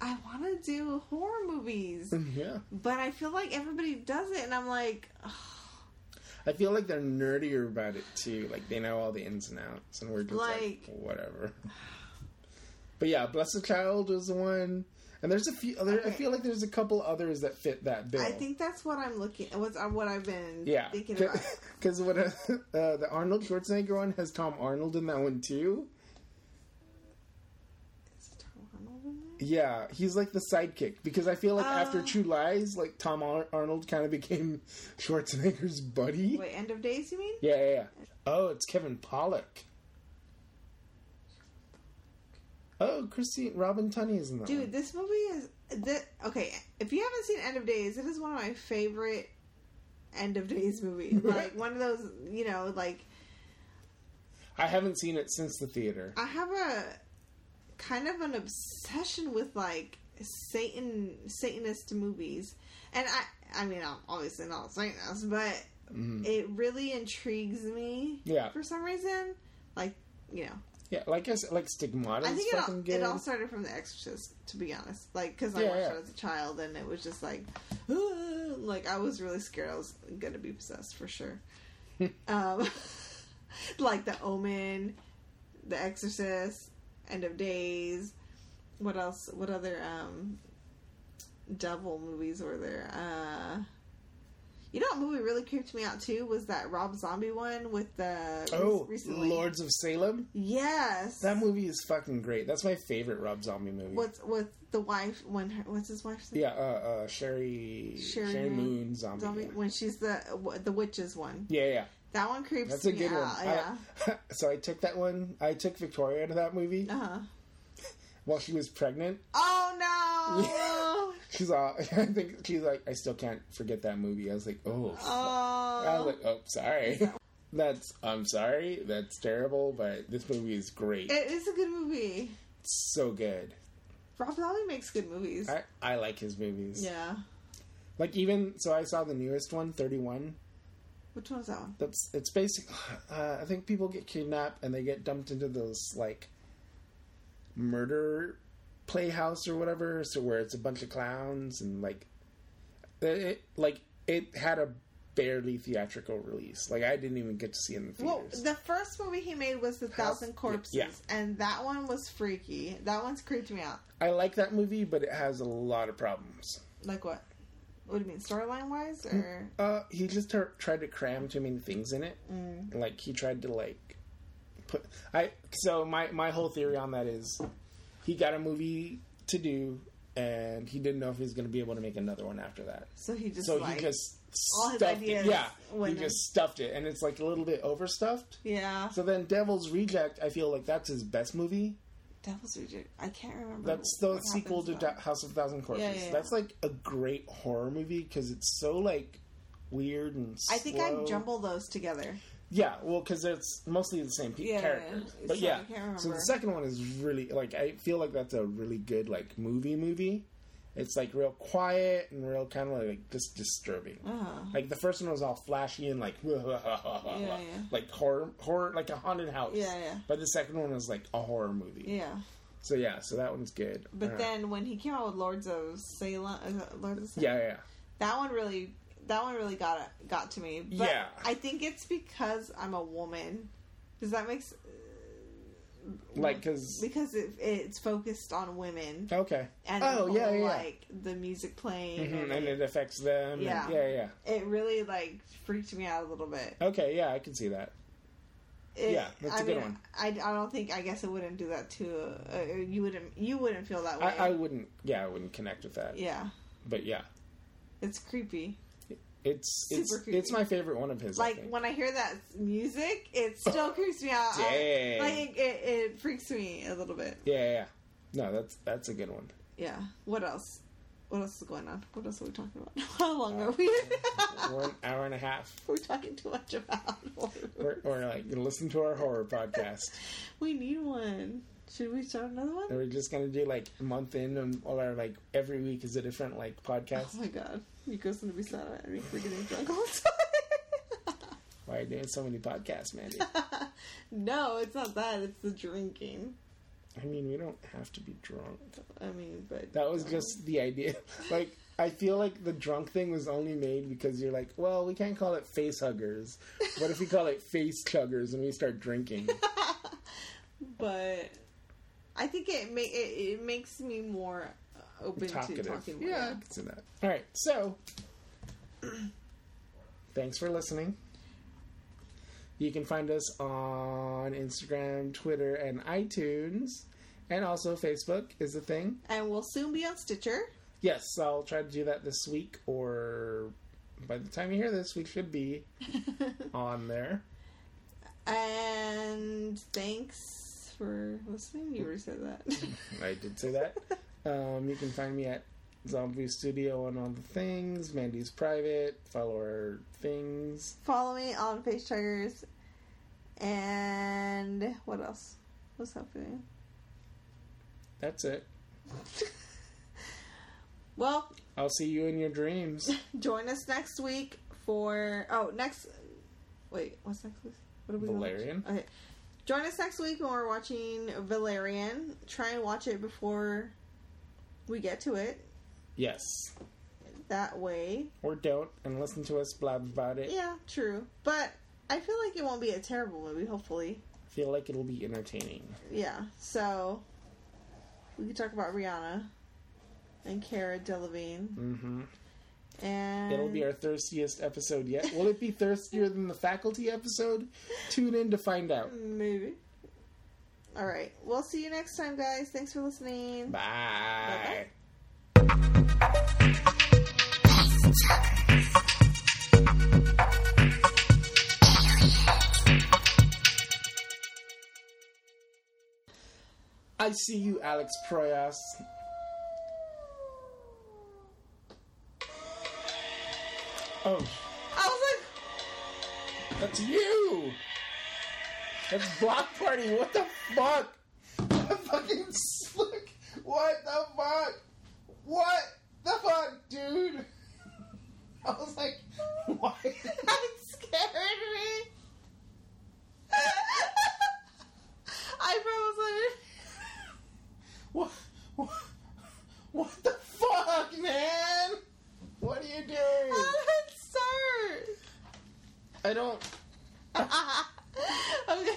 Speaker 1: I want to do horror movies,
Speaker 2: yeah,
Speaker 1: but I feel like everybody does it, and I'm like, ugh,
Speaker 2: I feel like they're nerdier about it too. Like they know all the ins and outs, and we're just like,
Speaker 1: Like-
Speaker 2: whatever. But yeah, Bless the Child was the one, and there's a few other. I
Speaker 1: Okay.
Speaker 2: feel like there's a couple others that fit that bill.
Speaker 1: I think that's what I'm looking. What's uh, what I've been
Speaker 2: yeah,
Speaker 1: thinking about.
Speaker 2: because what uh, the Arnold Schwarzenegger one has Tom Arnold in that one too.
Speaker 1: Is Tom Arnold in there?
Speaker 2: Yeah, he's like the sidekick because I feel like after
Speaker 1: Uh.
Speaker 2: True Lies, like Tom Ar- Arnold kind of became Schwarzenegger's buddy.
Speaker 1: Wait, End of Days? You mean?
Speaker 2: Yeah, yeah, yeah. Oh, it's Kevin Pollock. Oh, Christine Robin Tunney is in that.
Speaker 1: Dude,
Speaker 2: one.
Speaker 1: this movie is that okay. If you haven't seen End of Days, it is one of my favorite End of Days movies. like one of those, you know, like
Speaker 2: I haven't seen it since the theater.
Speaker 1: I have a kind of an obsession with like Satan Satanist movies, and I I mean I'm obviously not a Satanist, but
Speaker 2: Mhm.
Speaker 1: it really intrigues me.
Speaker 2: Yeah.
Speaker 1: for some reason, like you know,
Speaker 2: Yeah, like I said, like Stigmata
Speaker 1: I
Speaker 2: is
Speaker 1: think it
Speaker 2: fucking
Speaker 1: all,
Speaker 2: good.
Speaker 1: it all started from The Exorcist, to be honest. Like because I
Speaker 2: Yeah,
Speaker 1: watched
Speaker 2: yeah.
Speaker 1: it as a child, and it was just like, "Ooh," like I was really scared. I was gonna be possessed for sure. um, like The Omen, The Exorcist, End of Days. What else? What other um, devil movies were there? Uh, you know what movie really creeped me out too was that Rob Zombie one with the
Speaker 2: oh,
Speaker 1: recently.
Speaker 2: Lords of Salem.
Speaker 1: Yes,
Speaker 2: That movie is fucking great. That's my favorite Rob Zombie movie.
Speaker 1: What's with the wife when her, what's his wife's name?
Speaker 2: Yeah, uh, uh, Sherry Sherry,
Speaker 1: Sherry
Speaker 2: Moon,
Speaker 1: Moon
Speaker 2: Zombie.
Speaker 1: Zombie, when she's the w- the witches one.
Speaker 2: Yeah, yeah.
Speaker 1: That one creeps
Speaker 2: That's a
Speaker 1: me
Speaker 2: good
Speaker 1: out.
Speaker 2: one.
Speaker 1: Yeah.
Speaker 2: I, so I took that one. I took Victoria to that movie
Speaker 1: Uh huh.
Speaker 2: while she was pregnant.
Speaker 1: Oh no.
Speaker 2: She's all, I think she's like, I still can't forget that movie. I was like, oh, I was
Speaker 1: Oh.
Speaker 2: like, oh, sorry. That's I'm sorry. That's terrible, but this movie is great.
Speaker 1: It is a good movie.
Speaker 2: It's so good.
Speaker 1: Rob Zombie makes good movies.
Speaker 2: I I like his movies.
Speaker 1: yeah.
Speaker 2: Like even so, I saw the newest one, 31.
Speaker 1: Which one is that one?
Speaker 2: That's it's basic. Uh, I think people get kidnapped and they get dumped into those like murder playhouse or whatever, so where it's a bunch of clowns and like, it, like it had a barely theatrical release. Like I didn't even get to see it in the
Speaker 1: Well,
Speaker 2: theaters.
Speaker 1: the first movie he made was The
Speaker 2: House-
Speaker 1: Thousand Corpses,
Speaker 2: yeah.
Speaker 1: and that one was freaky. That one's creeped me out.
Speaker 2: I like that movie, but it has a lot of problems.
Speaker 1: Like what? What do you mean, storyline wise, or
Speaker 2: Uh, he just tur tried to cram too many things in it.
Speaker 1: Mm.
Speaker 2: Like he tried to like put. I so my my whole theory on that is he got a movie to do, and he didn't know if he was going to be able to make another one after that.
Speaker 1: so he just
Speaker 2: So
Speaker 1: like
Speaker 2: he just
Speaker 1: all his
Speaker 2: stuffed
Speaker 1: ideas
Speaker 2: it. Yeah,
Speaker 1: went
Speaker 2: he
Speaker 1: in.
Speaker 2: just stuffed it, and it's like a little bit overstuffed.
Speaker 1: yeah.
Speaker 2: So then Devil's Reject, I feel like that's his best movie.
Speaker 1: Devil's Reject. I can't remember.
Speaker 2: That's the
Speaker 1: what
Speaker 2: sequel to
Speaker 1: happens,
Speaker 2: Da- House of Thousand Corpses.
Speaker 1: Yeah, yeah, yeah.
Speaker 2: That's like a great horror movie because it's so like weird and.
Speaker 1: though. I think
Speaker 2: slow.
Speaker 1: I jumble those together.
Speaker 2: Yeah, well, because it's mostly the same pe-
Speaker 1: Yeah,
Speaker 2: characters.
Speaker 1: yeah.
Speaker 2: But
Speaker 1: So I
Speaker 2: yeah,
Speaker 1: can't
Speaker 2: so the
Speaker 1: remember.
Speaker 2: second one is really like I feel like that's a really good like movie movie. It's like real quiet and real kind of like just disturbing.
Speaker 1: Uh-huh.
Speaker 2: Like the first one was all flashy and like
Speaker 1: yeah.
Speaker 2: like horror horror like a haunted house.
Speaker 1: Yeah, yeah.
Speaker 2: But the second one was like a horror movie.
Speaker 1: Yeah.
Speaker 2: So yeah, so that one's good.
Speaker 1: But
Speaker 2: Uh,
Speaker 1: then when he came out with Lords of Salem, uh, Lords of Salem,
Speaker 2: yeah, yeah, yeah.
Speaker 1: that one really, that one really got got to me. But
Speaker 2: Yeah.
Speaker 1: I think it's because I'm a woman. Does that make s-
Speaker 2: like because
Speaker 1: because it, it's focused on women
Speaker 2: okay.
Speaker 1: and the
Speaker 2: oh
Speaker 1: whole,
Speaker 2: yeah, yeah, yeah.
Speaker 1: like the music playing
Speaker 2: Mhm,
Speaker 1: and
Speaker 2: and it affects them. Yeah,
Speaker 1: Yeah.
Speaker 2: yeah, yeah.
Speaker 1: it really like freaked me out a little bit.
Speaker 2: Okay, yeah, I can see that.
Speaker 1: It-
Speaker 2: Yeah, that's
Speaker 1: I
Speaker 2: a good
Speaker 1: mean,
Speaker 2: one.
Speaker 1: I, I don't think I guess it wouldn't do that to uh, you wouldn't you wouldn't feel that way.
Speaker 2: I, I wouldn't. Yeah, I wouldn't connect with that.
Speaker 1: yeah,
Speaker 2: But yeah,
Speaker 1: it's creepy.
Speaker 2: it's
Speaker 1: Super
Speaker 2: it's
Speaker 1: creepy.
Speaker 2: it's my favorite one of his. I
Speaker 1: Like
Speaker 2: think.
Speaker 1: when I hear that music, it still creeps me out. I,
Speaker 2: Dang.
Speaker 1: like it, it freaks me a little bit.
Speaker 2: yeah, yeah, yeah. No, that's that's a good one.
Speaker 1: Yeah. What else? What else is going on? What else are we talking about? How long
Speaker 2: Uh,
Speaker 1: are we?
Speaker 2: One hour and a half.
Speaker 1: We're talking too much about.
Speaker 2: Or, or like listen to our horror podcast.
Speaker 1: We need one. Should we start another one?
Speaker 2: And we're just gonna do like month in and or like every week is a different like
Speaker 1: Oh
Speaker 2: podcast.
Speaker 1: my god. Nico's gonna be sad at me for getting drunk all the
Speaker 2: Why are you doing so many podcasts, Mandy?
Speaker 1: time. no, it's not that. It's the drinking.
Speaker 2: I mean, we don't have to be drunk.
Speaker 1: I mean, but.
Speaker 2: That was just the idea. Like, I feel like the drunk thing was only made because you're like, well, we can't call it face huggers. What if we call it face chuggers and we start drinking?
Speaker 1: But I think it, ma- it, it makes me more open to
Speaker 2: Talkative.
Speaker 1: talking more.
Speaker 2: yeah, I can see that. All right, so thanks for listening. You can find us on Instagram, Twitter, and iTunes. And also, Facebook is a thing.
Speaker 1: And we'll soon be on Stitcher.
Speaker 2: Yes, I'll try to do that this week, or by the time you hear this, we should be on there.
Speaker 1: and thanks for listening. You already said that.
Speaker 2: I did say that. um, you can find me at Zombie Studio on all the things. Mandy's private. Follow our things.
Speaker 1: Follow me on Face Triggers. And what else? What's happening?
Speaker 2: That's it.
Speaker 1: Well,
Speaker 2: I'll see you in your dreams.
Speaker 1: join us next week for oh next wait what's next week? What are we gonna watch?
Speaker 2: Valerian.
Speaker 1: Okay, join us next week when we're watching Valerian. Try and watch it before we get to it.
Speaker 2: Yes.
Speaker 1: That way,
Speaker 2: Or don't, and listen to us blab about it.
Speaker 1: yeah, true. But I feel like it won't be a terrible movie. Hopefully,
Speaker 2: Feel like it'll be entertaining.
Speaker 1: yeah. So we could talk about Rihanna and Cara Delevingne,
Speaker 2: Mm-hmm.
Speaker 1: and
Speaker 2: It'll be our thirstiest episode yet. Will it be thirstier than the faculty episode? Tune in to find out.
Speaker 1: movie. All right, we'll see you next time, guys. Thanks for listening.
Speaker 2: Bye. I see you, Alex Proyas. Oh,
Speaker 1: I was like.
Speaker 2: that's you! That's Block Party, what the fuck? The fucking look! What the fuck? What the fuck, dude? I was like, why?
Speaker 1: That scared me. I froze.
Speaker 2: What? what?
Speaker 1: Uh,
Speaker 2: I don't.
Speaker 1: Okay.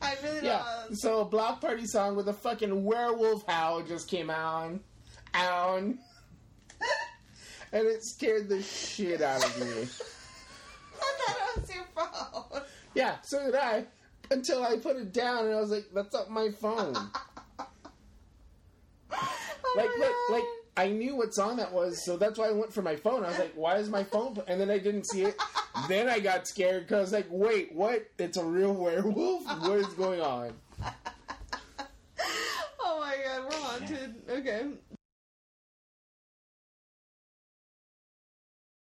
Speaker 1: I really
Speaker 2: Yeah.
Speaker 1: don't.
Speaker 2: So a block party song with a fucking werewolf howl just came on, on, and it scared the shit out of me.
Speaker 1: I thought it was your phone.
Speaker 2: Yeah, so did I. Until I put it down and I was like, "That's not my phone."
Speaker 1: Oh
Speaker 2: like,
Speaker 1: my
Speaker 2: like,
Speaker 1: God.
Speaker 2: like I knew what song that was, so that's why I went for my phone. I was like, "Why is my phone?" pl-" And then I didn't see it. Then I got scared because, like, wait, what? It's a real werewolf. What is going on?
Speaker 1: oh my god, we're haunted. Okay.